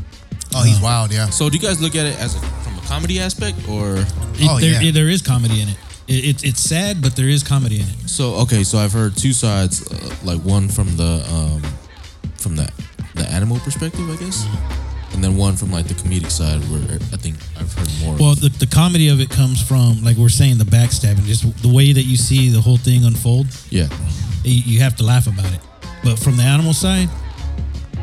S2: oh, he's wild, yeah.
S3: So do you guys look at it as a, from a comedy aspect or
S4: It-
S2: Oh,
S4: there,
S2: yeah.
S4: there is comedy in it. it, it it's sad, but there is comedy in it.
S3: so? Okay, so I've heard two sides, uh, like one from the um, from the the animal perspective, I guess, and then one from like the comedic side, where I think I've heard more.
S4: Well, the, the comedy of it comes from, like we're saying, the backstabbing, just the way that you see the whole thing unfold.
S3: yeah,
S4: You, you have to laugh about it. But from the animal side,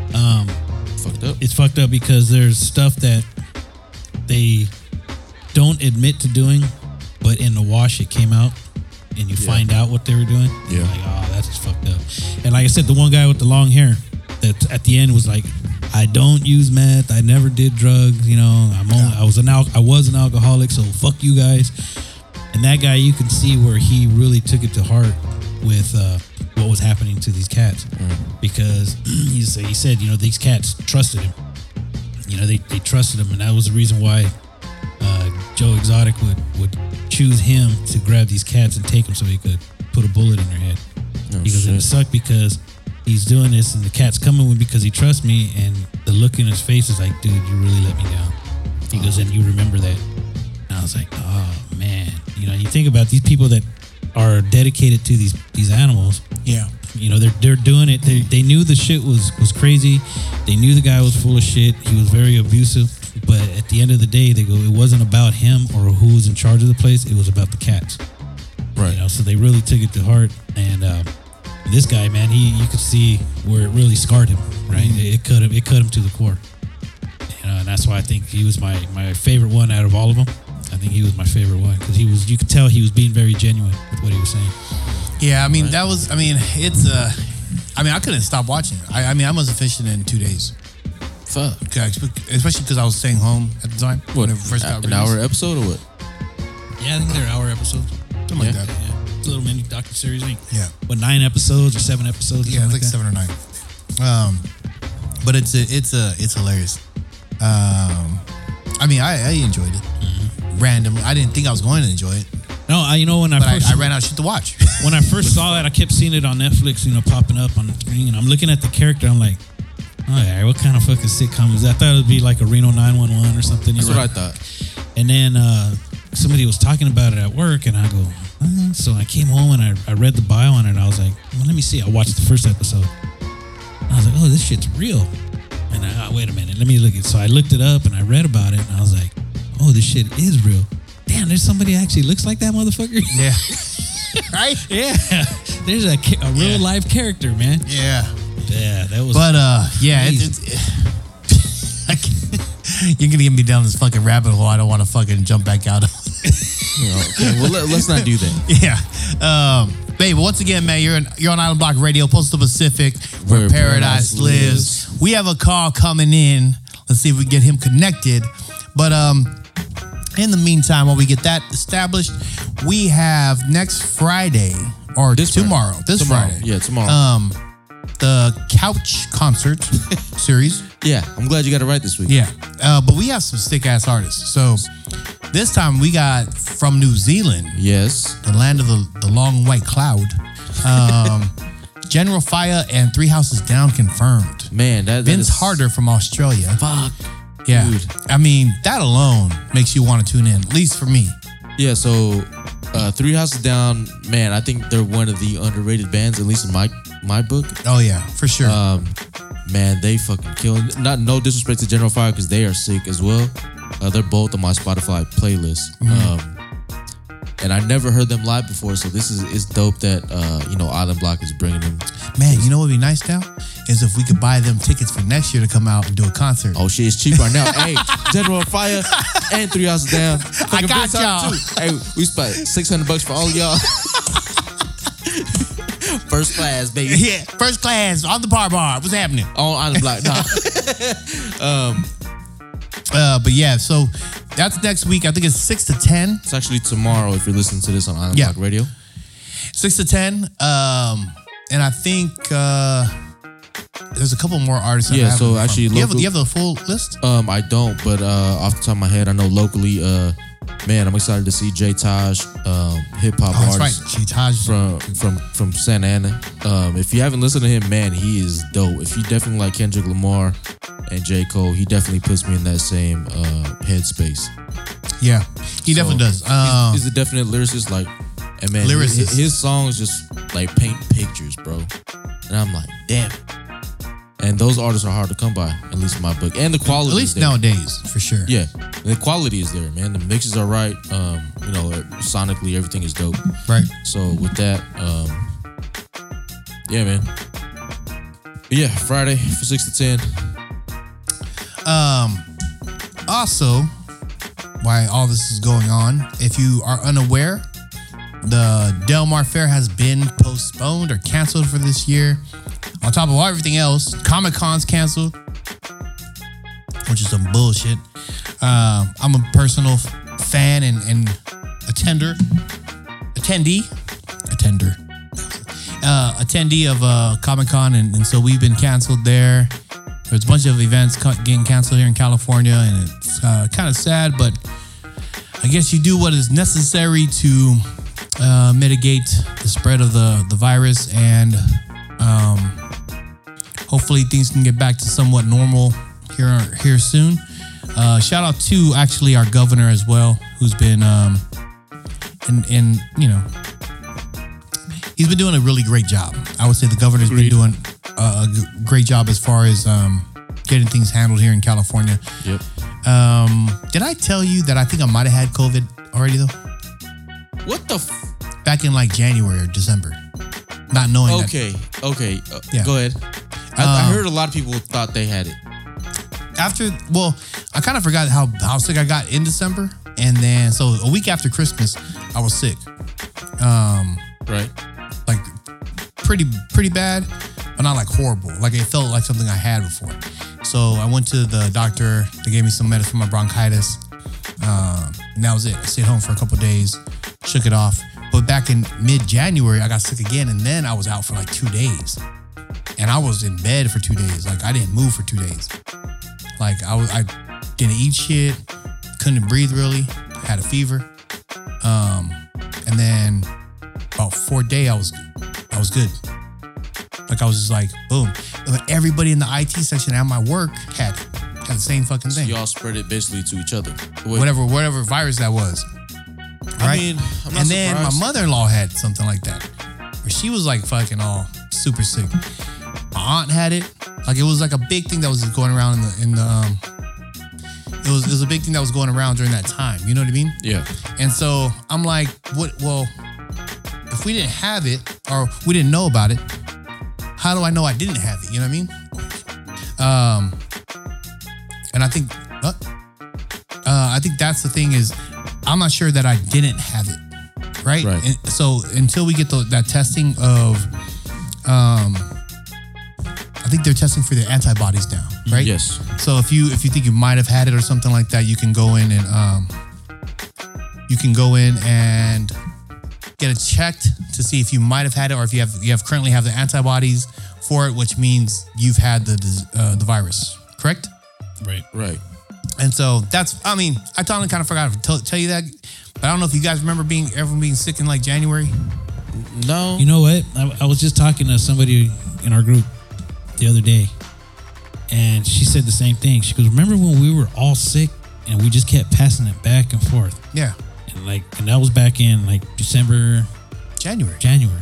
S3: fucked up.
S4: it's fucked up because there's stuff that they don't admit to doing, but in the wash it came out, and you find out what they were doing. and you're
S3: Yeah.
S4: like oh, that's just fucked up. And like I said, the one guy with the long hair that at the end was like, I don't use meth. I never did drugs. You know, I'm only, I was an al- I was an alcoholic, so fuck you guys. And that guy, you can see where he really took it to heart with uh, what was happening to these cats, because he said, he said, you know, these cats trusted him. You know, they, they trusted him, and that was the reason why uh, Joe Exotic would would choose him to grab these cats and take them so he could put a bullet in their head.
S3: No
S4: He goes, it'll
S3: shit.
S4: suck because he's doing this and the cat's coming with me because he trusts me. And the look in his face is like, dude, you really let me down. He goes, and you remember that. And I was like, oh, man. You know, you think about these people that are dedicated to these, these animals.
S2: Yeah.
S4: You know, they're, they're doing it. They, they knew the shit was, was crazy. They knew the guy was full of shit. He was very abusive. But at the end of the day, they go, it wasn't about him or who was in charge of the place. It was about the cats
S3: right.
S4: you know so they really took it to heart and um, this guy man he you could see where it really scarred him right it, it cut him it cut him to the core you know and that's why i think he was my my favorite one out of all of them i think he was my favorite one because he was you could tell he was being very genuine with what he was saying
S2: Yeah, I mean that was. I mean it's. Uh, I mean I couldn't stop watching. it. I, I mean I must have finished it in two days.
S3: Fuck.
S2: 'Cause I expe- Especially because I was staying home at the time.
S3: What?
S2: when it first got
S3: an
S2: released.
S3: hour episode or what?
S4: yeah i think they're hour episodes
S2: Something
S3: Yeah.
S2: like that.
S4: yeah it's a little mini docu-series I think.
S2: Yeah.
S4: what nine episodes or seven episodes or
S2: Yeah, it's
S4: something
S2: like seven or nine. Um, but it's a, it's a, it's hilarious. Um, I mean, I, I enjoyed it. Randomly, I didn't think I was going to enjoy it,
S4: that. no I, you know when i
S2: but I,
S4: first
S2: I ran out of shit to watch.
S4: when I first saw that, I kept seeing it on Netflix, you know, popping up on the screen. And I'm looking at the character. I'm like, all right, what kind of fucking sitcom is that? I thought it would be like a Reno 911 or something. you
S3: That's
S4: know?
S3: what I thought.
S4: And then uh, somebody was talking about it at work, and I go, "Huh?" so I came home and I, I read the bio on it. And I was like, well, let me see. I watched the first episode. I was like, oh, this shit's real. And I, oh, wait a minute, let me look it. So I looked it up and I read about it, and I was like, oh, this shit is real. Damn, there's somebody that actually looks like that motherfucker.
S2: yeah, right.
S4: Yeah, there's a, ca- a real
S2: Yeah.
S4: life character, man.
S2: Yeah,
S4: Yeah, that was.
S2: but uh, yeah, it,
S4: Jesus.
S2: it's. I can't- You're gonna get me down this fucking rabbit hole. I don't want to fucking jump back out. of
S3: You know, okay, well, let, us not do that.
S2: Yeah, um, babe. Well, once again, man, you're in, you're on Island Block Radio, Postal Pacific, where,
S3: Where
S2: paradise,
S3: paradise
S2: lives. We have a call coming in. Let's see if we can get him connected. But um, in the meantime, while we get that established, we have next Friday or
S3: This Friday.
S2: tomorrow, this
S3: Tomorrow.
S2: Friday,
S3: Yeah, tomorrow.
S2: um, the Couch Concert series.
S3: yeah, I'm glad you got it right this week.
S2: Yeah, uh, but we have some sick ass artists. So this time we got from New Zealand
S3: Yes.
S2: the land of the, the long white cloud. Um, General Fire and Three Houses Down confirmed.
S3: Man, that, that
S2: Vince
S3: is-
S2: Harder from Australia.
S3: Fuck.
S2: Yeah.
S3: dude.
S2: I mean, that alone makes you want to tune in, at least for me.
S3: Yeah, so uh, Three Houses Down, man, I think they're one of the underrated bands, at least in my my book.
S2: Oh, yeah, for sure.
S3: Um, man, they fucking kill. Not no disrespect to General Fire because they are sick as well. Uh, they're both on my Spotify playlist.
S2: Mm-hmm.
S3: Um, and I never heard them live before, so this is it's dope that uh, you know Island Block is bringing them.
S2: Man, you know what would be nice now? Is if we could buy them tickets for next year to come out and do a concert.
S3: Oh shit, it's cheap right now. hey, General Fire and Three Houses Down. Fucking
S2: got
S3: Vince Hunter,
S2: y'all.
S3: too. Hey, we spent six hundred bucks for all of y'all. First class, baby.
S2: Yeah, first class on the bar bar. What's happening?
S3: On Island Block. Nah.
S2: Uh, but yeah, so that's next week. I think it's six to ten.
S3: It's actually tomorrow if you're listening to this on Island
S2: Yeah.
S3: Block Radio.
S2: six to ten. Um, and I think uh, there's a couple more artists. that I
S3: Yeah,
S2: have
S3: so
S2: in front.
S3: actually
S2: do you, have,
S3: local-
S2: do you have the full list?
S3: Um, I don't, but uh, off the top of my head, I know locally. Uh, man, I'm excited to see Jay Taj, um, hip hop
S2: Oh, that's right.
S3: artist
S2: She Taj.
S3: from from from Santa Ana. Um, if you haven't listened to him, man, he is dope. If you definitely like Kendrick Lamar and J Cole, he definitely puts me in that same uh, headspace.
S2: Yeah, he definitely does. Um,
S3: He's a definite lyricist, like, and man,
S2: Lyricist.
S3: His, his songs just like paint pictures, bro. And I'm like, damn. it. and those artists are hard to come by, at least in my book. And the quality,
S2: At least
S3: is there.
S2: nowadays, for sure.
S3: yeah, the quality is there, man. The mixes are right. Um, you know, sonically everything is dope.
S2: Right.
S3: So with that, um, yeah, man. But yeah, Friday for six to ten.
S2: Um, also, why all this is going on, if you are unaware, the Del Mar Fair has been postponed or canceled for this year. On top of all everything else, Comic Con's canceled, which is some bullshit. Um, I'm a personal f- fan and, and attender, attendee, attender, uh, attendee of uh, Comic Con, and, and so we've been canceled there. There's a bunch of events co- getting canceled here in California, and it's uh, kind of sad, but I guess you do what is necessary to uh, mitigate the spread of the, the virus, and um, hopefully things can get back to somewhat normal here here soon. Uh, shout out to actually our governor as well, who's been um, and and you know he's been doing a really great job. I would say the governor's
S3: Agreed.
S2: been doing a, a g- great job as far as um, getting things handled here in California.
S3: Yep.
S2: Um, did I tell you that I think I might have had COVID already though?
S3: What the? F-
S2: Back in like January or December, not knowing. that-
S3: okay. Okay. Uh,
S2: Yeah.
S3: Go ahead. I,
S2: Um,
S3: I heard a lot of people thought they had it.
S2: after well, I kind of forgot how how sick I got in December, and then so a week after Christmas, I was sick,
S3: Right.
S2: like pretty pretty bad, but not like horrible. Like it felt like something I had before. So I went to the doctor. They gave me some medicine for my bronchitis. Um, and that was it. I stayed home for a couple days, shook it off. But back in mid January, I got sick again, and then I was out for like two days. And I was in bed for two days. Like I didn't move for two days. Like I was, I didn't eat shit, couldn't breathe really, had a fever. Um, and then about fourth day, I was, I was good. Like I was just like, boom. But everybody in the IT section at my work had it, had the same fucking thing
S3: Y'all spread it basically to each other. Wait,
S2: whatever whatever virus that was.
S3: I
S2: right?
S3: mean, I'm not
S2: and then
S3: surprised.
S2: my mother-in-law had something like that, where she was like fucking all super sick. My aunt had it, like it was like a big thing that was going around in the in the. Um, it was it was a big thing that was going around during that time. You know what I mean?
S3: Yeah.
S2: And so I'm like, what? Well, if we didn't have it or we didn't know about it, how do I know I didn't have it? You know what I mean? Um, and I think, uh, uh, I think that's the thing is, I'm not sure that I didn't have it, right?
S3: Right.
S2: And so until we get the, that testing of, um, I think they're testing for the antibodies now, right?
S3: Yes.
S2: So if you if you think you might have had it or something like that, you can go in and um, you can go in and get it checked to see if you might have had it or if you have you have currently have the antibodies for it, which means you've had the dis- uh, the virus, correct?
S4: Right.
S3: Right.
S2: And so that's I mean I totally kind of forgot to tell, tell you that, but I don't know if you guys remember being everyone being sick in like January.
S3: No.
S4: You know what? I, I was just talking to somebody in our group the other day, and she said the same thing. She goes, "Remember when we were all sick and we just kept passing it back and forth,
S2: Yeah,
S4: and like, and that was back in like December,
S2: January.
S4: January."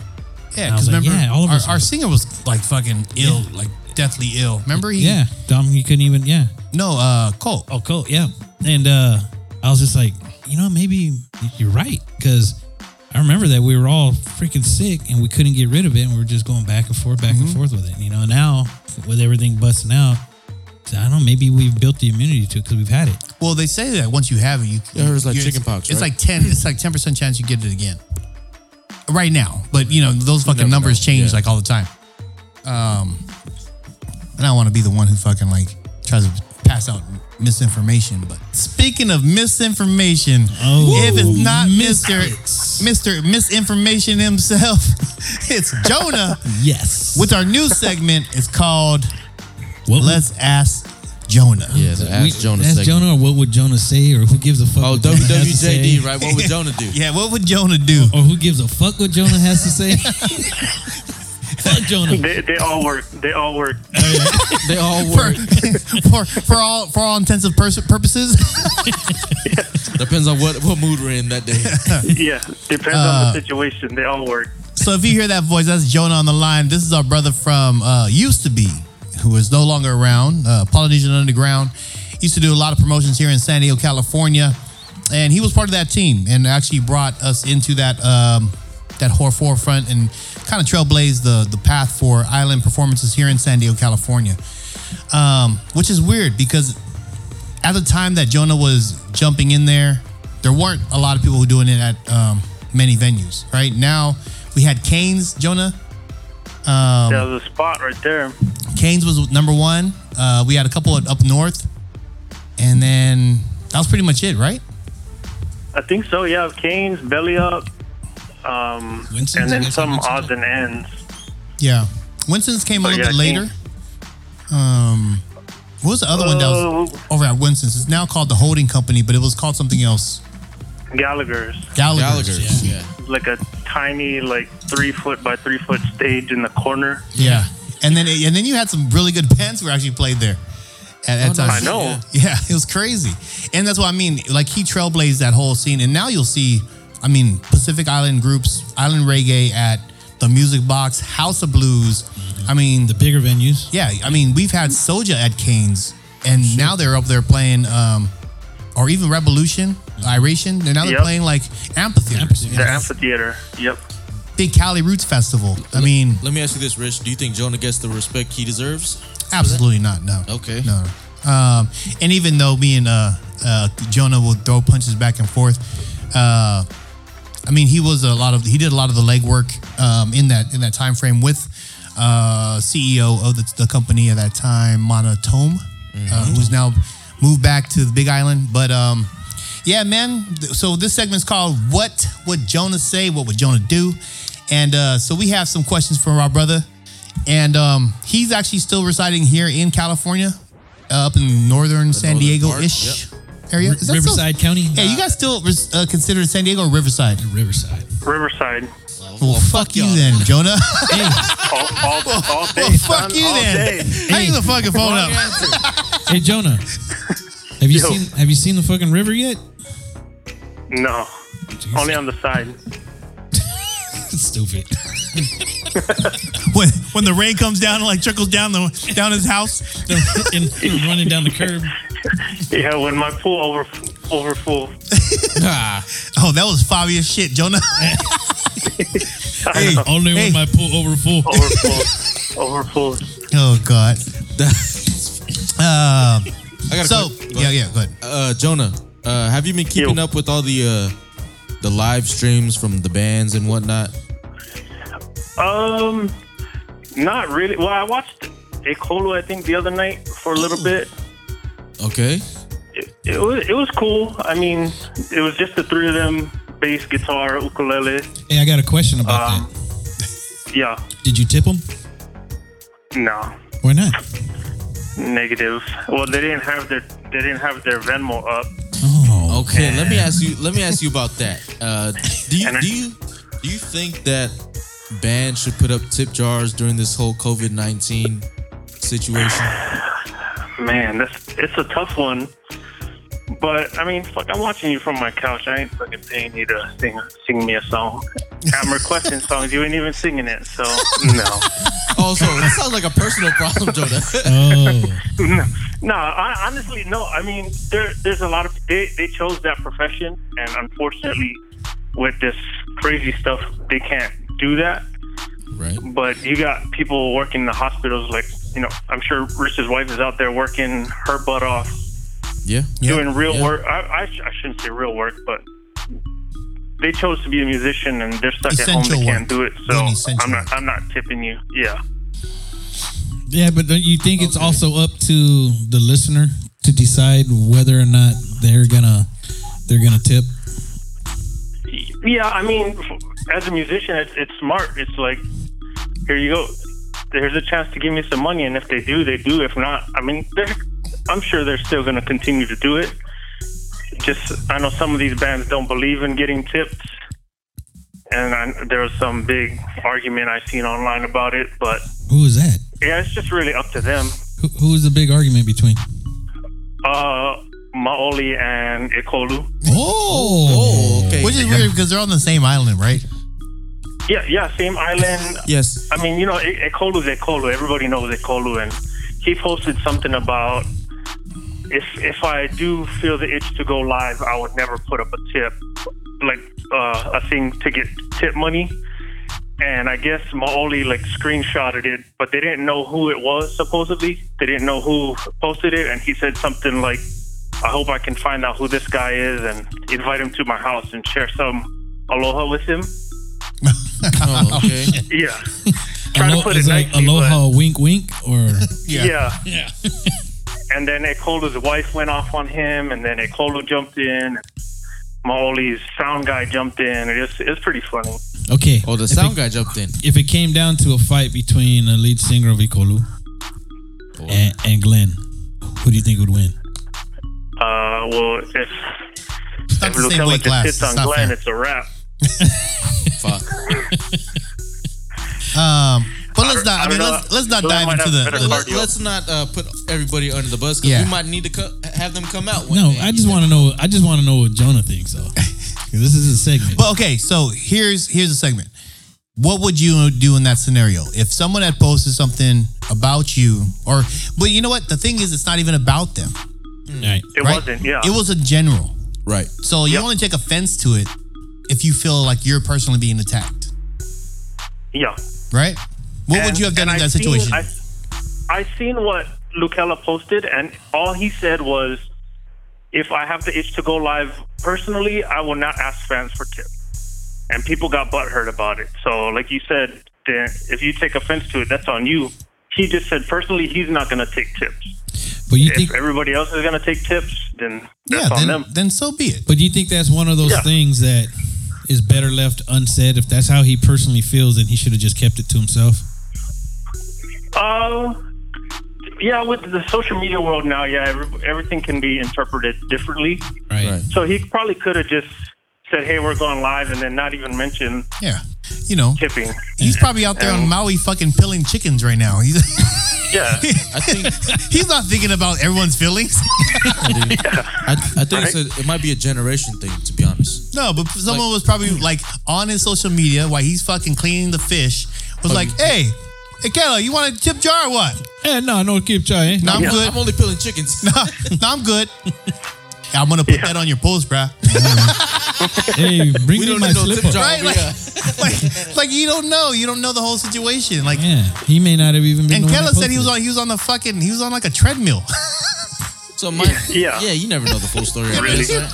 S2: Yeah,
S4: I
S2: because
S4: was like,
S2: remember
S4: yeah, all of
S2: our,
S4: us
S2: our
S4: were.
S2: singer was like fucking ill, like deathly ill. Remember he?
S4: Yeah, Dom, you couldn't even. Yeah.
S2: No, uh, Cole.
S4: Oh, cool. Yeah, and uh, I was just like, you know, maybe you're right because. I remember that we were all freaking sick and we couldn't get rid of it, and we were just going back and forth, back
S2: Mm-hmm.
S4: and forth with it. You know, now with everything busting out, I don't know. Maybe we've built the immunity to it because we've had it.
S2: Well, they say that once you have it, you.
S3: Yeah, I heard it's like
S2: you-
S3: chicken pox,
S2: It's
S3: right?
S2: like ten. It's like ten percent chance you get it again. Right now, but you know those fucking
S3: never
S2: numbers
S3: know,
S2: change
S3: yeah.
S2: like all the time. Um, and I want to be the one who fucking like tries to pass out misinformation. But speaking of misinformation,
S4: Oh,
S2: if it's not Mister
S4: Alex.
S2: Mister Misinformation himself, it's Jonah
S4: Yes.
S2: with our new segment. It's called
S4: what
S2: "Let's Ask Jonah."
S3: yeah. The
S4: would,
S3: Ask Jonah
S4: ask
S3: segment.
S4: Jonah or what would Jonah say or who gives a fuck?
S3: Oh,
S4: what Jonah has to say,
S3: WWJD, right? What would Jonah do?
S2: Yeah, what would Jonah do?
S4: Or who gives a fuck what Jonah has to say? fuck Jonah.
S1: They, they all work. They all work.
S3: They all
S2: for,
S3: work.
S2: for for all for all intensive pers- purposes.
S3: Depends on what, what mood we're in that day.
S1: Yeah, depends on the situation. They all work.
S2: so if you hear that voice, that's Jonah on the line. This is our brother from uh, used to be. who is no longer around. Uh, Polynesian Underground used to do a lot of promotions here in San Diego, California, and he was part of that team and actually brought us into that um, that horror forefront and kind of trailblazed the the path for island performances here in San Diego, California. Um, which is weird because at the time that Jonah was jumping in there, there weren't a lot of people who doing it at um, many venues. Right now, we had Kane's Jonah. Um,
S1: Yeah, there's a spot right there.
S2: Canes was number one. Uh, we had a couple up north, and then that was pretty much it, right?
S1: I think so. Yeah, Canes, Belly Up, um,
S4: Winston's-
S1: and then
S4: Winston's-
S1: some
S4: Winston's-
S1: odds and ends.
S2: Yeah. Winston's came a
S1: Oh,
S2: little
S1: yeah,
S2: bit later.
S1: Canes.
S2: Um, what was the other one that was
S1: Oh.
S2: over at Winston's? It's now called the Holding Company, but it was called something else.
S1: Gallagher's,
S2: Gallagher's.
S3: Gallagher.
S2: Yeah.
S3: Yeah.
S1: like a tiny, like three foot by three foot stage in the corner.
S2: Yeah. And then and then you had some really good bands who actually played there at that
S3: Oh,
S2: time.
S1: I know.
S2: Yeah, it was crazy. And that's what I mean. Like he trailblazed that whole scene. And now you'll see, I mean, Pacific Island groups, Island Reggae at the Music Box, House of Blues. I mean,
S4: The bigger venues.
S2: yeah, I mean, we've had Soja at Kane's, and now they're up there playing, um, or even Revolution, Iration. They're now they're
S1: Yep.
S2: playing like amphitheaters.
S4: Amphitheater.
S1: The
S4: Yes.
S1: amphitheater. Yep.
S2: Big Cali Roots Festival. I mean,
S3: Let me ask you this, Rich. Do you think Jonah gets the respect he deserves?
S2: Absolutely not. No.
S3: Okay.
S2: No. Um, and even though me and uh, uh, Jonah will throw punches back and forth, uh, I mean he was a lot of he did a lot of the legwork um, in that in that time frame with uh, CEO of the, the company at that time, Monotome, uh, who's now moved back to the Big Island. But um, yeah, man. th- So this segment's called "What Would Jonah Say? What Would Jonah Do?" And uh, so we have some questions from our brother and um, he's actually still residing here in California, uh, up in northern San
S3: northern
S2: Diego
S3: part,
S2: ish area. Is that still-
S4: Riverside County.
S2: yeah, you guys still res- uh, consider San Diego or Riverside?
S4: Riverside.
S1: Riverside.
S2: Well, fuck, you then, Jonah.
S1: All, all, all day,
S2: well, fuck
S1: son,
S2: you
S1: all
S2: then.
S1: day.
S2: Hang the fucking phone up.
S4: Hey Jonah, have you
S1: Yo.
S4: seen have you seen the fucking river yet?
S1: No, only on the side.
S4: Stupid.
S2: When when the rain comes down and like trickles down the down his house,
S4: and running down the curb.
S1: Yeah, when my pool over overfull.
S3: Nah.
S2: oh, that was Fabia's shit, Jonah.
S1: I know.
S4: Only
S2: Hey.
S4: when my pool over full.
S1: Overfull. overfull.
S2: oh God. Um,
S3: I got a
S2: so
S3: quick-
S2: yeah, yeah, good.
S3: uh, Jonah, uh, have you been keeping
S1: Yo.
S3: up with all the uh, the live streams from the bands and whatnot?
S1: Um, not really. Well, I watched Ecolo, I think, the other night for a little bit.
S3: Okay.
S1: It, it was it was cool. I mean, it was just the three of them: bass, guitar, ukulele.
S4: Hey, I got a question about
S1: Um,
S4: that.
S1: Yeah.
S4: Did you tip them?
S1: No.
S4: Why not?
S1: Negative. Well, they didn't have their they didn't have their Venmo up.
S4: Oh,
S3: Okay. Let me ask you. Let me ask you about that. Uh, do you
S1: And I-
S3: do you do you think that bands should put up tip jars during this whole COVID nineteen situation?
S1: Man, that's it's a tough one. But I mean, fuck, I'm watching you from my couch. I ain't fucking paying you to sing sing me a song. I'm requesting songs. You ain't even singing it, so no.
S3: Also, that sounds like a personal problem, Jonah.
S4: oh,
S1: No, no I, honestly, no. I mean, there, there's a lot of they, they chose that profession, and unfortunately, with this crazy stuff, they can't do that.
S3: right.
S1: But you got people working in the hospitals, like you know, I'm sure Rich's wife is out there working her butt off,
S3: Yeah.
S1: doing real
S3: yeah.
S1: work. I, I, sh- I shouldn't say real work, but they chose to be a musician, and they're stuck at
S2: Essential
S1: home. They
S2: work.
S1: can't do it,
S2: Doing
S1: so
S2: essential
S1: I'm
S2: work.
S1: not. I'm not tipping you. Yeah.
S4: yeah, but don't you think it's also up to the listener to decide whether or not they're gonna they're gonna tip?
S1: Yeah, I mean, f- as a musician, it's, it's smart. It's like, here you go. There's a chance to give me some money, and if they do, they do. If not, I mean, they're, I'm sure they're still going to continue to do it. Just, I know some of these bands don't believe in getting tipped, and I, there was some big argument I seen online about it. But
S4: Who is that?
S1: yeah, it's just really up to them.
S4: Who, who is the big argument between?
S1: Uh, Maoli and Ikolu.
S4: Oh,
S3: Oh, okay.
S2: Which is weird because they're on the same island, right?
S1: Yeah, yeah, same island.
S3: yes.
S1: I mean, you know, E- Ekolu is Ekolu. Everybody knows Ekolu, and he posted something about if if I do feel the itch to go live, I would never put up a tip, like uh, a thing to get tip money. And I guess Maoli like screenshotted it, but they didn't know who it was. Supposedly, they didn't know who posted it, and he said something like, "I hope I can find out who this guy is and invite him to my house and share some aloha with him."
S3: Oh, okay.
S1: Yeah, trying
S4: Alo-
S1: to put
S4: is
S1: it
S4: like
S1: nicely, but-
S4: aloha, wink, wink, or
S1: yeah.
S4: yeah.
S1: and then Ekola's wife went off on him, and then Ekola jumped in. Maoli's sound guy jumped in. It's it's pretty funny.
S4: Okay.
S3: Oh, the
S4: If
S3: sound
S4: it-
S3: guy jumped in.
S4: If it came down to a fight between the lead singer of Ikolu and, and Glenn, who do you think would win?
S1: Uh, well, if
S2: It's not
S1: if
S2: the same weight
S1: Lukella just
S2: class.
S1: hits
S2: It's
S1: on
S2: not
S1: Glenn,
S2: fair.
S1: it's a wrap.
S3: Fuck.
S2: Um, but let's
S1: don't-
S2: not. I,
S1: I don't
S2: mean,
S1: know.
S2: let's, let's not
S1: Glenn
S2: dive
S1: might
S2: into
S1: have
S2: the.
S1: better
S2: the-
S1: cardio.
S3: Let, us not uh, put everybody under the bus because
S2: Yeah.
S3: we might need to co- have them come out. One
S4: No,
S3: day.
S4: I just want to know. I just want to know what Jonah thinks. So, 'Cause this is a segment.
S2: But okay, so here's here's a segment. What would you do in that scenario if someone had posted something about you, or but you know what? The thing is, it's not even about them.
S4: All right.
S1: It
S2: right?
S1: wasn't. Yeah.
S2: It was a general.
S3: Right.
S2: So you
S1: Yep.
S2: only take offense to it if you feel like you're personally being attacked,
S1: yeah.
S2: right? What
S1: And-
S2: would you have done
S1: and
S2: in
S1: I
S2: that
S1: seen-
S2: situation?
S1: I, I seen what Lukella posted, and all he said was, "If I have the itch to go live personally, I will not ask fans for tips." And people got butthurt about it. So, like you said, then if you take offense to it, that's on you. He just said personally, he's not going to take tips.
S4: But you think?
S1: If everybody else is going to take tips, then
S2: yeah,
S1: that's on
S2: then,
S1: them.
S2: then so be it.
S4: But you think that's one of those
S1: Yeah.
S4: things that is better left unsaid? If that's how he personally feels, then he should have just kept it to himself.
S1: Uh, yeah, with the social media world now, yeah, every, everything can be interpreted differently.
S4: Right.
S3: Right.
S1: So he probably could have just said, "Hey, we're going live," and then not even mention
S2: Yeah, you know,
S1: tipping.
S2: he's probably out there on Maui fucking peeling chickens right now. He's
S1: Yeah,
S3: I think
S2: he's not thinking about everyone's feelings.
S3: I, I think it's a, it might be a generation thing, to be honest.
S2: No, but someone was probably like on his social media while he's fucking cleaning the fish, was like, hey, hey, Kayla, you want a tip jar or what?
S4: Eh, no, no, keep trying.
S2: No, I'm good.
S3: I'm only peeling chickens.
S2: no, I'm good. Yeah, I'm gonna put that on your post, bruh.
S4: Hey, bring
S3: We
S4: me
S3: don't
S4: my
S3: need no tip
S4: slipper.
S3: jar.
S2: Right?
S3: we,
S2: Like,
S3: uh,
S2: like, like, you don't know. You don't know the whole situation. Like,
S4: Yeah, he may not have even been.
S2: and
S4: the one
S2: Kayla
S4: that
S2: said he was
S4: posted
S2: on. He was on the fucking. He was on like a treadmill.
S3: So my
S1: Yeah.
S3: yeah, you never know the full story. uh, I
S2: you,
S3: guess,
S2: you
S3: right?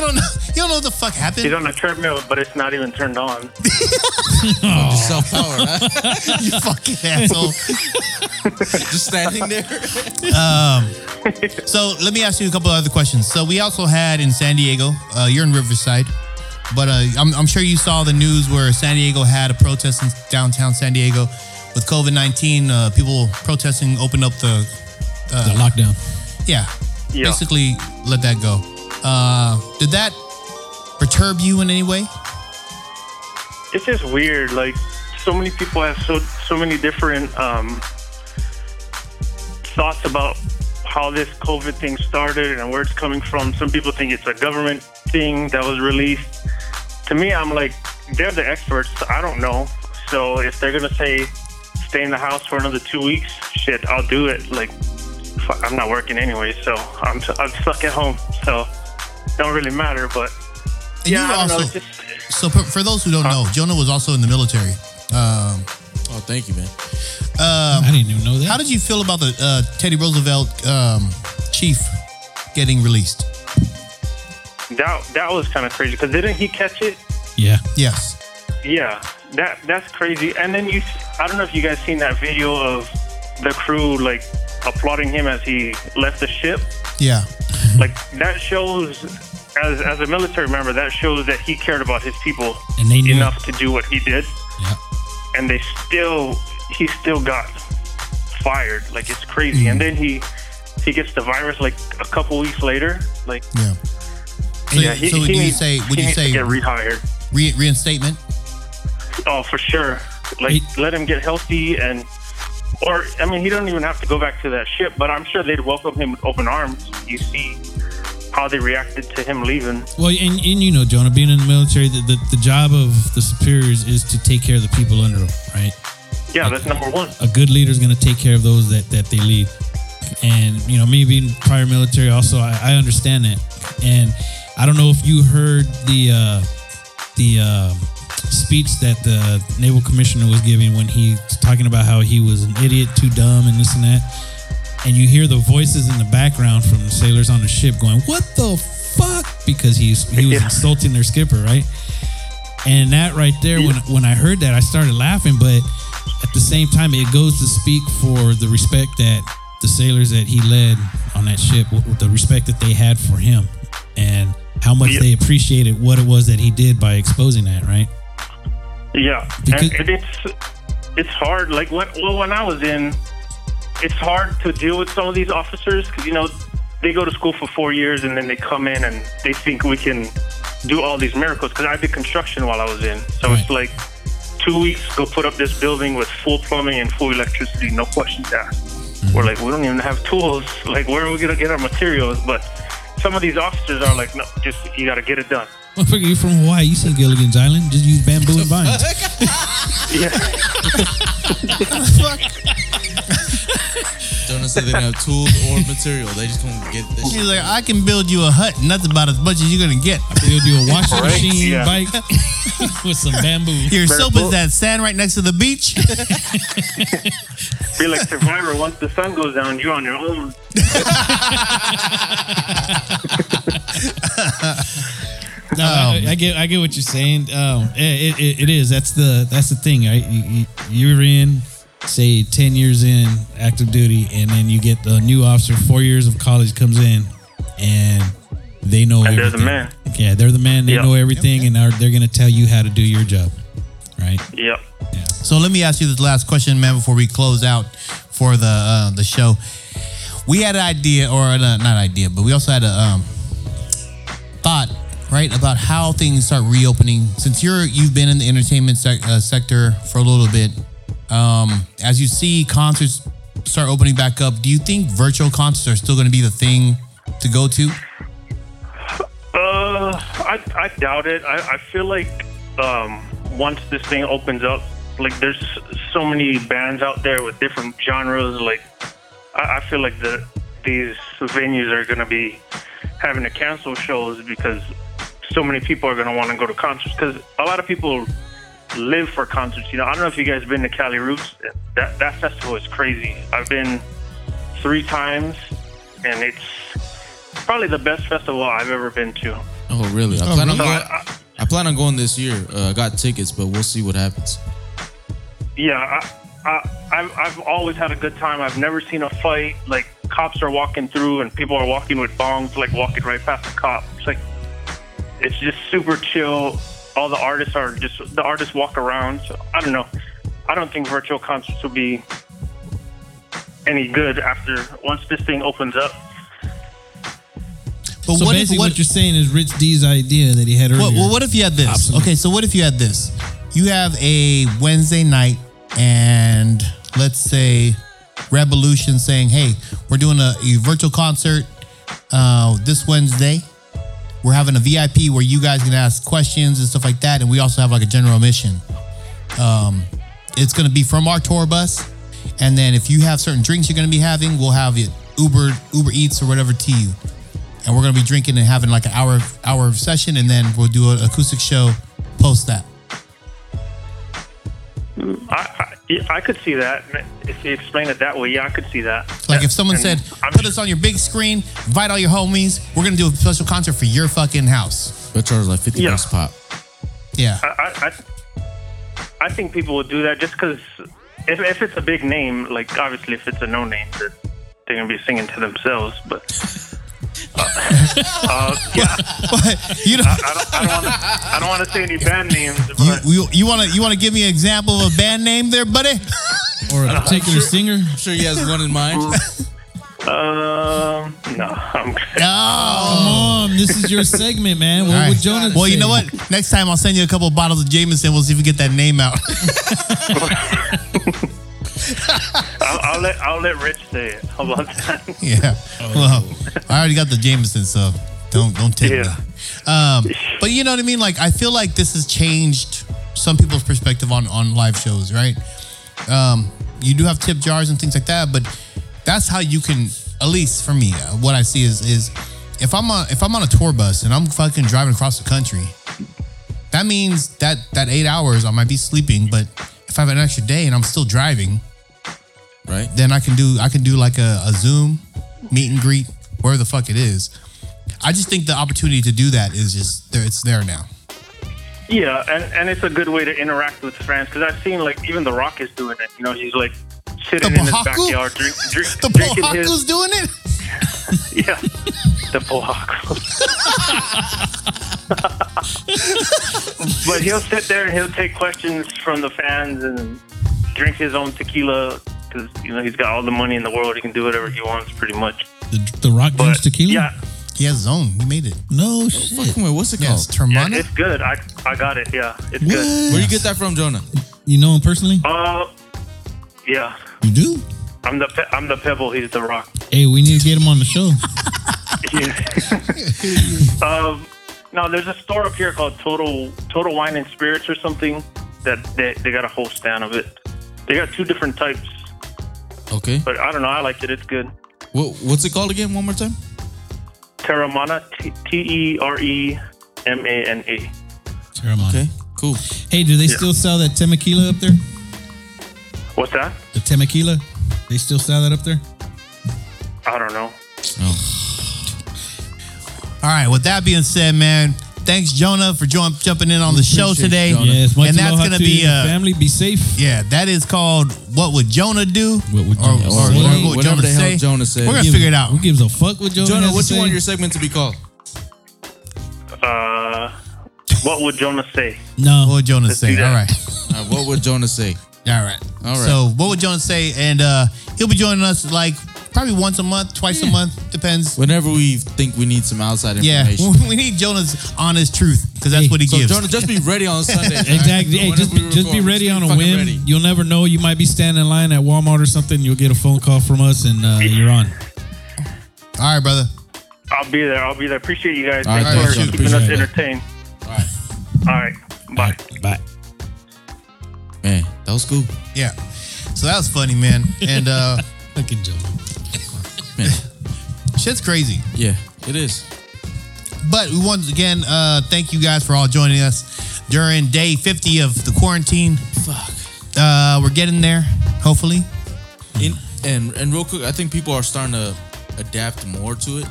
S2: don't know. You don't know what the fuck
S1: he's
S2: happened.
S1: on a treadmill, but it's not even turned on.
S3: Just self power.
S2: You fucking asshole.
S3: Just standing there.
S2: So let me ask you a couple other questions. So we also had in San Diego, uh, you're in Riverside, but uh, I'm, I'm sure you saw the news where San Diego had a protest in downtown San Diego with COVID 19. Uh, people protesting opened up the,
S4: the lockdown.
S2: yeah,
S1: Yeah.
S2: basically let that go. Uh, did that perturb you in any way?
S1: It's just weird. Like so many people have so so many different um, thoughts about how this COVID thing started and where it's coming from. Some people think it's a government thing that was released. To me, I'm like, they're the experts. I don't know. So if they're gonna say stay in the house for another two weeks, shit, I'll do it. Like, fuck, I'm not working anyway, so I'm I'm stuck at home. So don't really matter. But
S2: And
S1: yeah,
S2: you
S1: I don't know. It's
S2: also,
S1: just
S2: so for, for those who don't know, Jonah was also in the military. Um,
S3: Oh, thank you, man.
S4: I didn't even know that.
S2: how did you feel about the uh, Teddy Roosevelt um, chief getting released?
S1: That that was kind of crazy because didn't he catch it?
S4: yeah.
S2: Yes.
S1: Yeah, that that's crazy. And then you, I don't know if you guys seen that video of the crew like applauding him as he left the ship.
S2: Yeah.
S1: Like that shows, as as a military member, that shows that he cared about his people
S4: And they knew.
S1: enough to do what he did.
S4: Yeah.
S1: And they still, he still got fired. Like it's crazy. And
S2: Mm-hmm.
S1: then he he gets the virus like a couple weeks later. Like
S2: Yeah. So,
S1: yeah, he,
S2: so would
S1: he
S2: you
S1: needs-
S2: say would you
S1: he needs
S2: say
S1: to get rehired?
S2: re- reinstatement?
S1: Oh, for sure. Like,
S4: He-
S1: let him get healthy and, or I mean, he don't even have to go back to that ship. But I'm sure they'd welcome him with open arms. You see how they reacted to him leaving.
S4: Well, and, and you know, Jonah, being in the military, the, the, the job of the superiors is to take care of the people under them, right?
S1: Yeah, that's number one.
S4: A good leader is going to take care of those that, that they lead. and you know me being prior military also I, I understand that and I don't know if you heard the uh, the uh, speech that the naval commissioner was giving when he talking about how he was an idiot too dumb and this and that and you hear the voices in the background from the sailors on the ship going what the fuck because he's he was
S1: Yeah.
S4: insulting their skipper right and that right there, when when I heard that, I started laughing. But at the same time, it goes to speak for the respect that the sailors that he led on that ship, w- the respect that they had for him, and how much
S1: Yeah.
S4: they appreciated what it was that he did by exposing that. Right?
S1: Yeah,
S4: Because-
S1: and, and it's it's hard. Like when well, when I was in, it's hard to deal with some of these officers because you know they go to school for four years and then they come in and they think we can do all these miracles. Because I did construction while I was in, so it's
S4: Right.
S1: like two weeks go put up this building with full plumbing and full electricity, no questions asked. We're like we don't even have tools. Like where are we gonna get our materials? But some of these officers are like, no, just you gotta get it done.
S4: Motherfucker, you from Hawaii? You seen Gilligan's Island? Just use bamboo and vines.
S1: Yeah.
S3: Jonas said they didn't have tools or material. They just want to get this
S2: He's like, I can build you a hut, and that's about as much as you're gonna get.
S4: They'll do a washing
S1: Right,
S4: machine
S1: yeah.
S4: bike with some bamboo.
S2: Your
S1: Better
S2: soap
S1: book.
S2: is that sand right next to the beach.
S1: Be like Survivor. Once the sun goes down, you're on your own.
S4: No, I,
S2: Um,
S4: I get I get what you're saying. Um, it, it, it is. That's the that's the thing, right? You, you, you're in, say, ten years in active duty, and then you get the new officer. Four years of college comes in, and they know.
S1: And they're the
S4: everything.
S1: man.
S4: Yeah, they're the man. They
S1: Yep.
S4: know everything, and are, they're gonna tell you how to do your job, right?
S1: Yep.
S2: So let me ask you this last question, man, before we close out for the uh, the show. We had an idea, or an, uh, not idea, but we also had a um, thought, right, about how things start reopening. Since you're you've been in the entertainment sec- uh, sector for a little bit, um, as you see concerts start opening back up, do you think virtual concerts are still going to be the thing to go to?
S1: Uh, I, I doubt it. I, I feel like um, once this thing opens up, like there's so many bands out there with different genres. Like I, I feel like the these venues are gonna be having to cancel shows because so many people are gonna want to go to concerts. Because a lot of people live for concerts. You know, I don't know if you guys been to Cali Roots. That that festival is crazy. I've been three times, and it's probably the best festival I've ever been to.
S3: Oh really? I plan on
S1: really?
S3: going, I plan on going this year. Uh, I got tickets, but we'll see what happens.
S1: Yeah, I, I, I've, I've always had a good time. I've never seen a fight. Like, cops are walking through and people are walking with bongs, like, walking right past the cop. It's like, it's just super chill. All the artists are just, the artists walk around. So, I don't know. I don't think virtual concerts will be any good after, once this thing opens up.
S2: But
S4: so basically, what, you're saying is Rich D's idea that he had earlier.
S2: Well, well, what if you had this?
S4: Absolute.
S2: Okay, so what if you had this? You have a Wednesday night, and let's say Revolution saying, "Hey, we're doing a, a virtual concert uh, this Wednesday. We're having a VIP where you guys can ask questions and stuff like that, and we also have like a general mission. Um, it's going to be from our tour bus, and then if you have certain drinks you're going to be having, we'll have it Uber Uber Eats or whatever to you." and we're gonna be drinking and having like an hour hour of session, and then we'll do an acoustic show post that.
S1: I, I, yeah, I could see that. If you explain it that way, yeah, I could see that.
S2: Like if someone
S1: And
S2: said,
S1: I'm
S2: "Put us on your big screen, invite all your homies, we're gonna do a special concert for your fucking house."
S3: But charge like fifty
S1: Yeah.
S3: bucks pop.
S2: Yeah,
S1: I, I, I think people would do that just because if, if it's a big name, like obviously if it's a no name, that they're gonna be singing to themselves. But uh, uh, yeah,
S2: but you know,
S1: I don't, I don't want to, I don't want to say any band names. But
S2: you, you you wanna you wanna give me an example of a band name there, buddy?
S4: or a particular singer?
S3: I'm sure he has one in mind.
S1: um, no, I'm good.
S2: Oh.
S4: Mom, this is your segment, man. What
S2: All right.
S4: would Jonah?
S2: well, you
S4: say?
S2: know what? Next time I'll send you a couple bottles of Jameson. We'll see if we get that name out.
S1: I'll, I'll let I'll let Rich say it. How about that?
S2: Yeah. Well, I already got the Jameson, so don't don't take
S1: Yeah.
S2: me. Um, but you know what I mean? Like I feel like this has changed some people's perspective on on live shows, right? Um, you do have tip jars and things like that, but that's how you can at least for me uh, what i see is is if i'm on if i'm on a tour bus and i'm fucking driving across the country that means that that eight hours i might be sleeping but if i have an extra day and i'm still driving
S3: right?
S2: then I can do I can do like a, a Zoom meet and greet wherever the fuck it is. I just think the opportunity to do that is just there. It's there now.
S1: Yeah, and, and it's a good way to interact with friends because I've seen like even The Rock is doing it. You know, he's like sitting
S2: The
S1: in his
S2: Bahaku?
S1: backyard drink, drink,
S2: The
S1: drinking
S2: Pohaku's
S1: his
S2: doing it.
S1: yeah, the Pohaku. but he'll sit there and he'll take questions from the fans and drink his own tequila because you know he's got all the money in the world. He can do whatever he wants, pretty much.
S4: The, the Rock
S1: But
S4: drinks tequila.
S1: yeah,
S2: He has his own. He made it.
S4: No shit.
S3: Fucking wait, what's it
S2: Yes,
S3: called?
S1: yeah,
S2: Termana.
S1: it's good. I I got it. Yeah, it's good.
S3: Where do you get that from, Jonah?
S4: You know him personally?
S1: Uh, yeah,
S4: You do?
S1: I'm the pe- I'm the pebble. He's the rock.
S4: Hey, we need to get him on the show.
S1: um, no, there's a store up here called Total Total Wine and Spirits or something that they, they got a whole stand of it. They got two different types,
S3: Okay.
S1: but I don't know. I liked it. It's good.
S3: What, what's it called again? One more time.
S1: Terramana, T- T E R E M A N A.
S4: Terramana.
S3: Okay. Cool.
S4: Hey, do they still sell that tequila up there?
S1: What's that?
S4: The tequila? They still sell that up there?
S1: I don't know.
S2: All right. With that being said, man, thanks Jonah for jo- jumping in on the show
S3: appreciate
S2: today.
S3: Jonah.
S4: Yes, much
S2: and that's
S4: aloha
S2: gonna
S4: to
S2: be
S4: you and your
S2: uh,
S4: family. Be safe.
S2: yeah. That is called what would Jonah do?
S4: What would
S2: Or-
S4: Jonah
S2: or,
S4: say?
S2: whatever, would
S3: Whatever
S2: Jonah
S3: the hell
S2: say.
S3: Jonah said.
S2: We're gonna
S3: Give-
S2: figure it out.
S4: Who gives a fuck what Jonah?
S3: Jonah,
S4: has
S3: what
S4: to
S3: you want
S4: say?
S3: your segment to be called?
S1: Uh, what would Jonah say?
S2: What
S4: No.
S2: would Jonah say?
S1: do that.
S2: All right.
S3: Uh, what would Jonah say?
S2: All right.
S3: All right.
S2: So what would Jonah say? And uh, he'll be joining us like probably once a month, twice a month, depends.
S3: Whenever we think we need some outside
S2: Yeah,
S3: information.
S2: we need Jonah's honest truth because that's
S4: Hey,
S2: what he
S3: So
S2: gives.
S3: Jonah, just be ready on Sunday. alright?
S4: Exactly. Hey,
S3: Whenever
S4: just
S3: we
S4: be, just be
S3: record,
S4: ready on a
S3: fucking
S4: whim.
S3: ready.
S4: You'll never know. You might be standing in line at Walmart or something. You'll get a phone call from us, and uh, you're on.
S2: All right, brother.
S1: I'll be there. I'll be there. Appreciate you guys.
S3: All right,
S1: Thanks
S2: thanks,
S1: for
S2: Jonah.
S1: keeping us
S3: Appreciate it.
S1: entertained.
S3: All right.
S1: All right. Bye.
S4: Bye.
S3: Man, that was cool.
S2: Yeah. So that was funny, man. And uh,
S4: Fucking Jonah.
S3: Man,
S2: shit's crazy.
S3: yeah, it is.
S2: But we once again, uh, thank you guys for all joining us during day 50 of the quarantine.
S3: Fuck.
S2: Uh, we're getting there, hopefully.
S4: Hmm.
S3: In, and and real quick, I think people are starting to adapt more to it.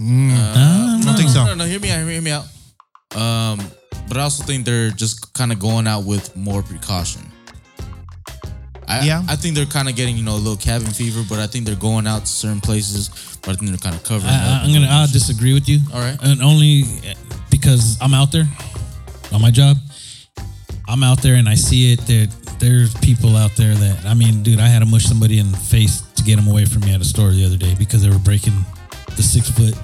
S2: I don't think so.
S3: No, no, hear me out. Hear me out. Um, but I also think they're just kind of going out with more precaution. I,
S2: Yeah.
S3: I think they're kind of getting you know a little cabin fever, but I think they're going out to certain places. But I think they're kind of covering.
S4: I,
S3: up
S4: I- I'm gonna. I'll disagree with you.
S3: All right.
S4: And only eh, because I'm out there on my job. I'm out there and I see it. That there's people out there that I mean, dude. I had to mush somebody in the face to get them away from me at a store the other day because they were breaking the six foot.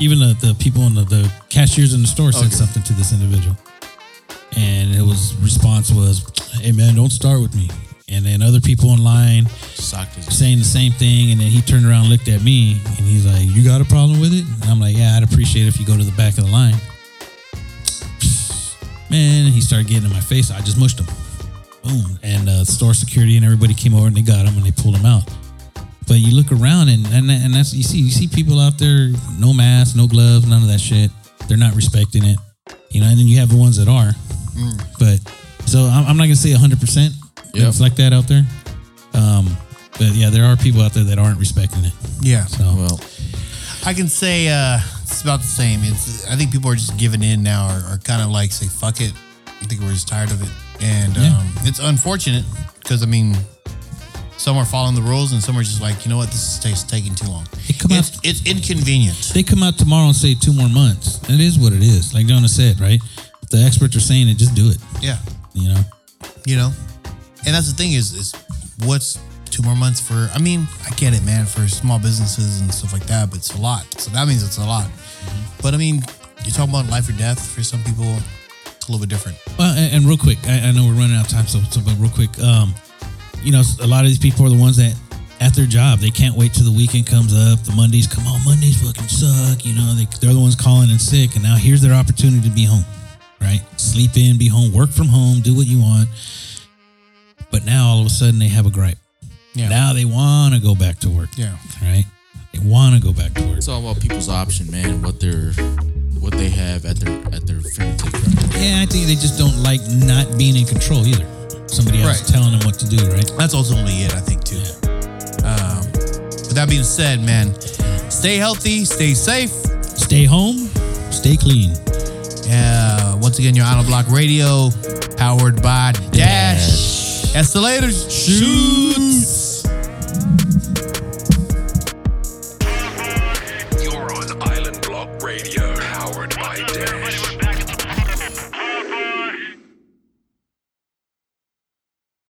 S4: Even the, the people in the, the cashiers in the store said
S3: Okay.
S4: something to this individual, and it was response was, "Hey man, don't start with me." And then other people in line
S3: socked his-
S4: saying the same thing, and then he turned around, and looked at me, and he's like, "You got a problem with it?" And I'm like, "Yeah, I'd appreciate it if you go to the back of the line." Man, he started getting in my face. I just mushed him. Boom! And uh, store security and everybody came over and they got him and they pulled him out. But you look around and and, that- and that's you see you see people out there, no mask, no gloves, none of that shit. They're not respecting it, you know. And then you have the ones that are. But so I'm, I'm not gonna say 100 percent
S3: Yep.
S4: it's like that out there. Um, but yeah, there are people out there that aren't respecting it.
S2: Yeah.
S4: So
S3: Well,
S2: I can say uh, it's about the same. It's I think people are just giving in now, or, or kind of like say fuck it. I think we're just tired of it, and
S4: Yeah.
S2: um, it's unfortunate because I mean, some are following the rules, and some are just like, you know what, this is takes taking too long.
S4: It come
S2: it's, it's inconvenient.
S4: they come out tomorrow and say two more months. It is what it is. Like Jonah said, right? If the experts are saying it, just do it.
S2: Yeah,
S4: You know,
S2: you know, and that's the thing is is what's two more months for? I mean, I get it, man, for small businesses and stuff like that, but it's a lot. So that means it's a lot.
S4: Mm-hmm.
S2: But I mean, you're talking about life or death for some people. It's a little bit different.
S4: Well, and, and real quick, I, I know we're running out of time, so, so but real quick, um, you know, a lot of these people are the ones that at their job they can't wait till the weekend comes up. The Mondays come on, Mondays fucking suck. You know, they, they're the ones calling in sick, and now here's their opportunity to be home, right? Sleep in, be home, work from home, do what you want. But now all of a sudden they have a gripe.
S2: Yeah.
S4: Now they want to go back to work.
S2: Yeah.
S4: Right? They want to go back to work.
S3: It's all about people's option, man. What they're, what they have at their at their fingertips. Right?
S4: Yeah, I think they just don't like not being in control either. Somebody else
S2: Right.
S4: telling them what to do, right?
S2: That's ultimately it, I think, too. Um, with that being said, man, stay healthy, stay safe.
S4: Stay home, stay clean.
S2: Uh, once again, your Auto Block Radio, powered by Dash. Escalators. Shoot.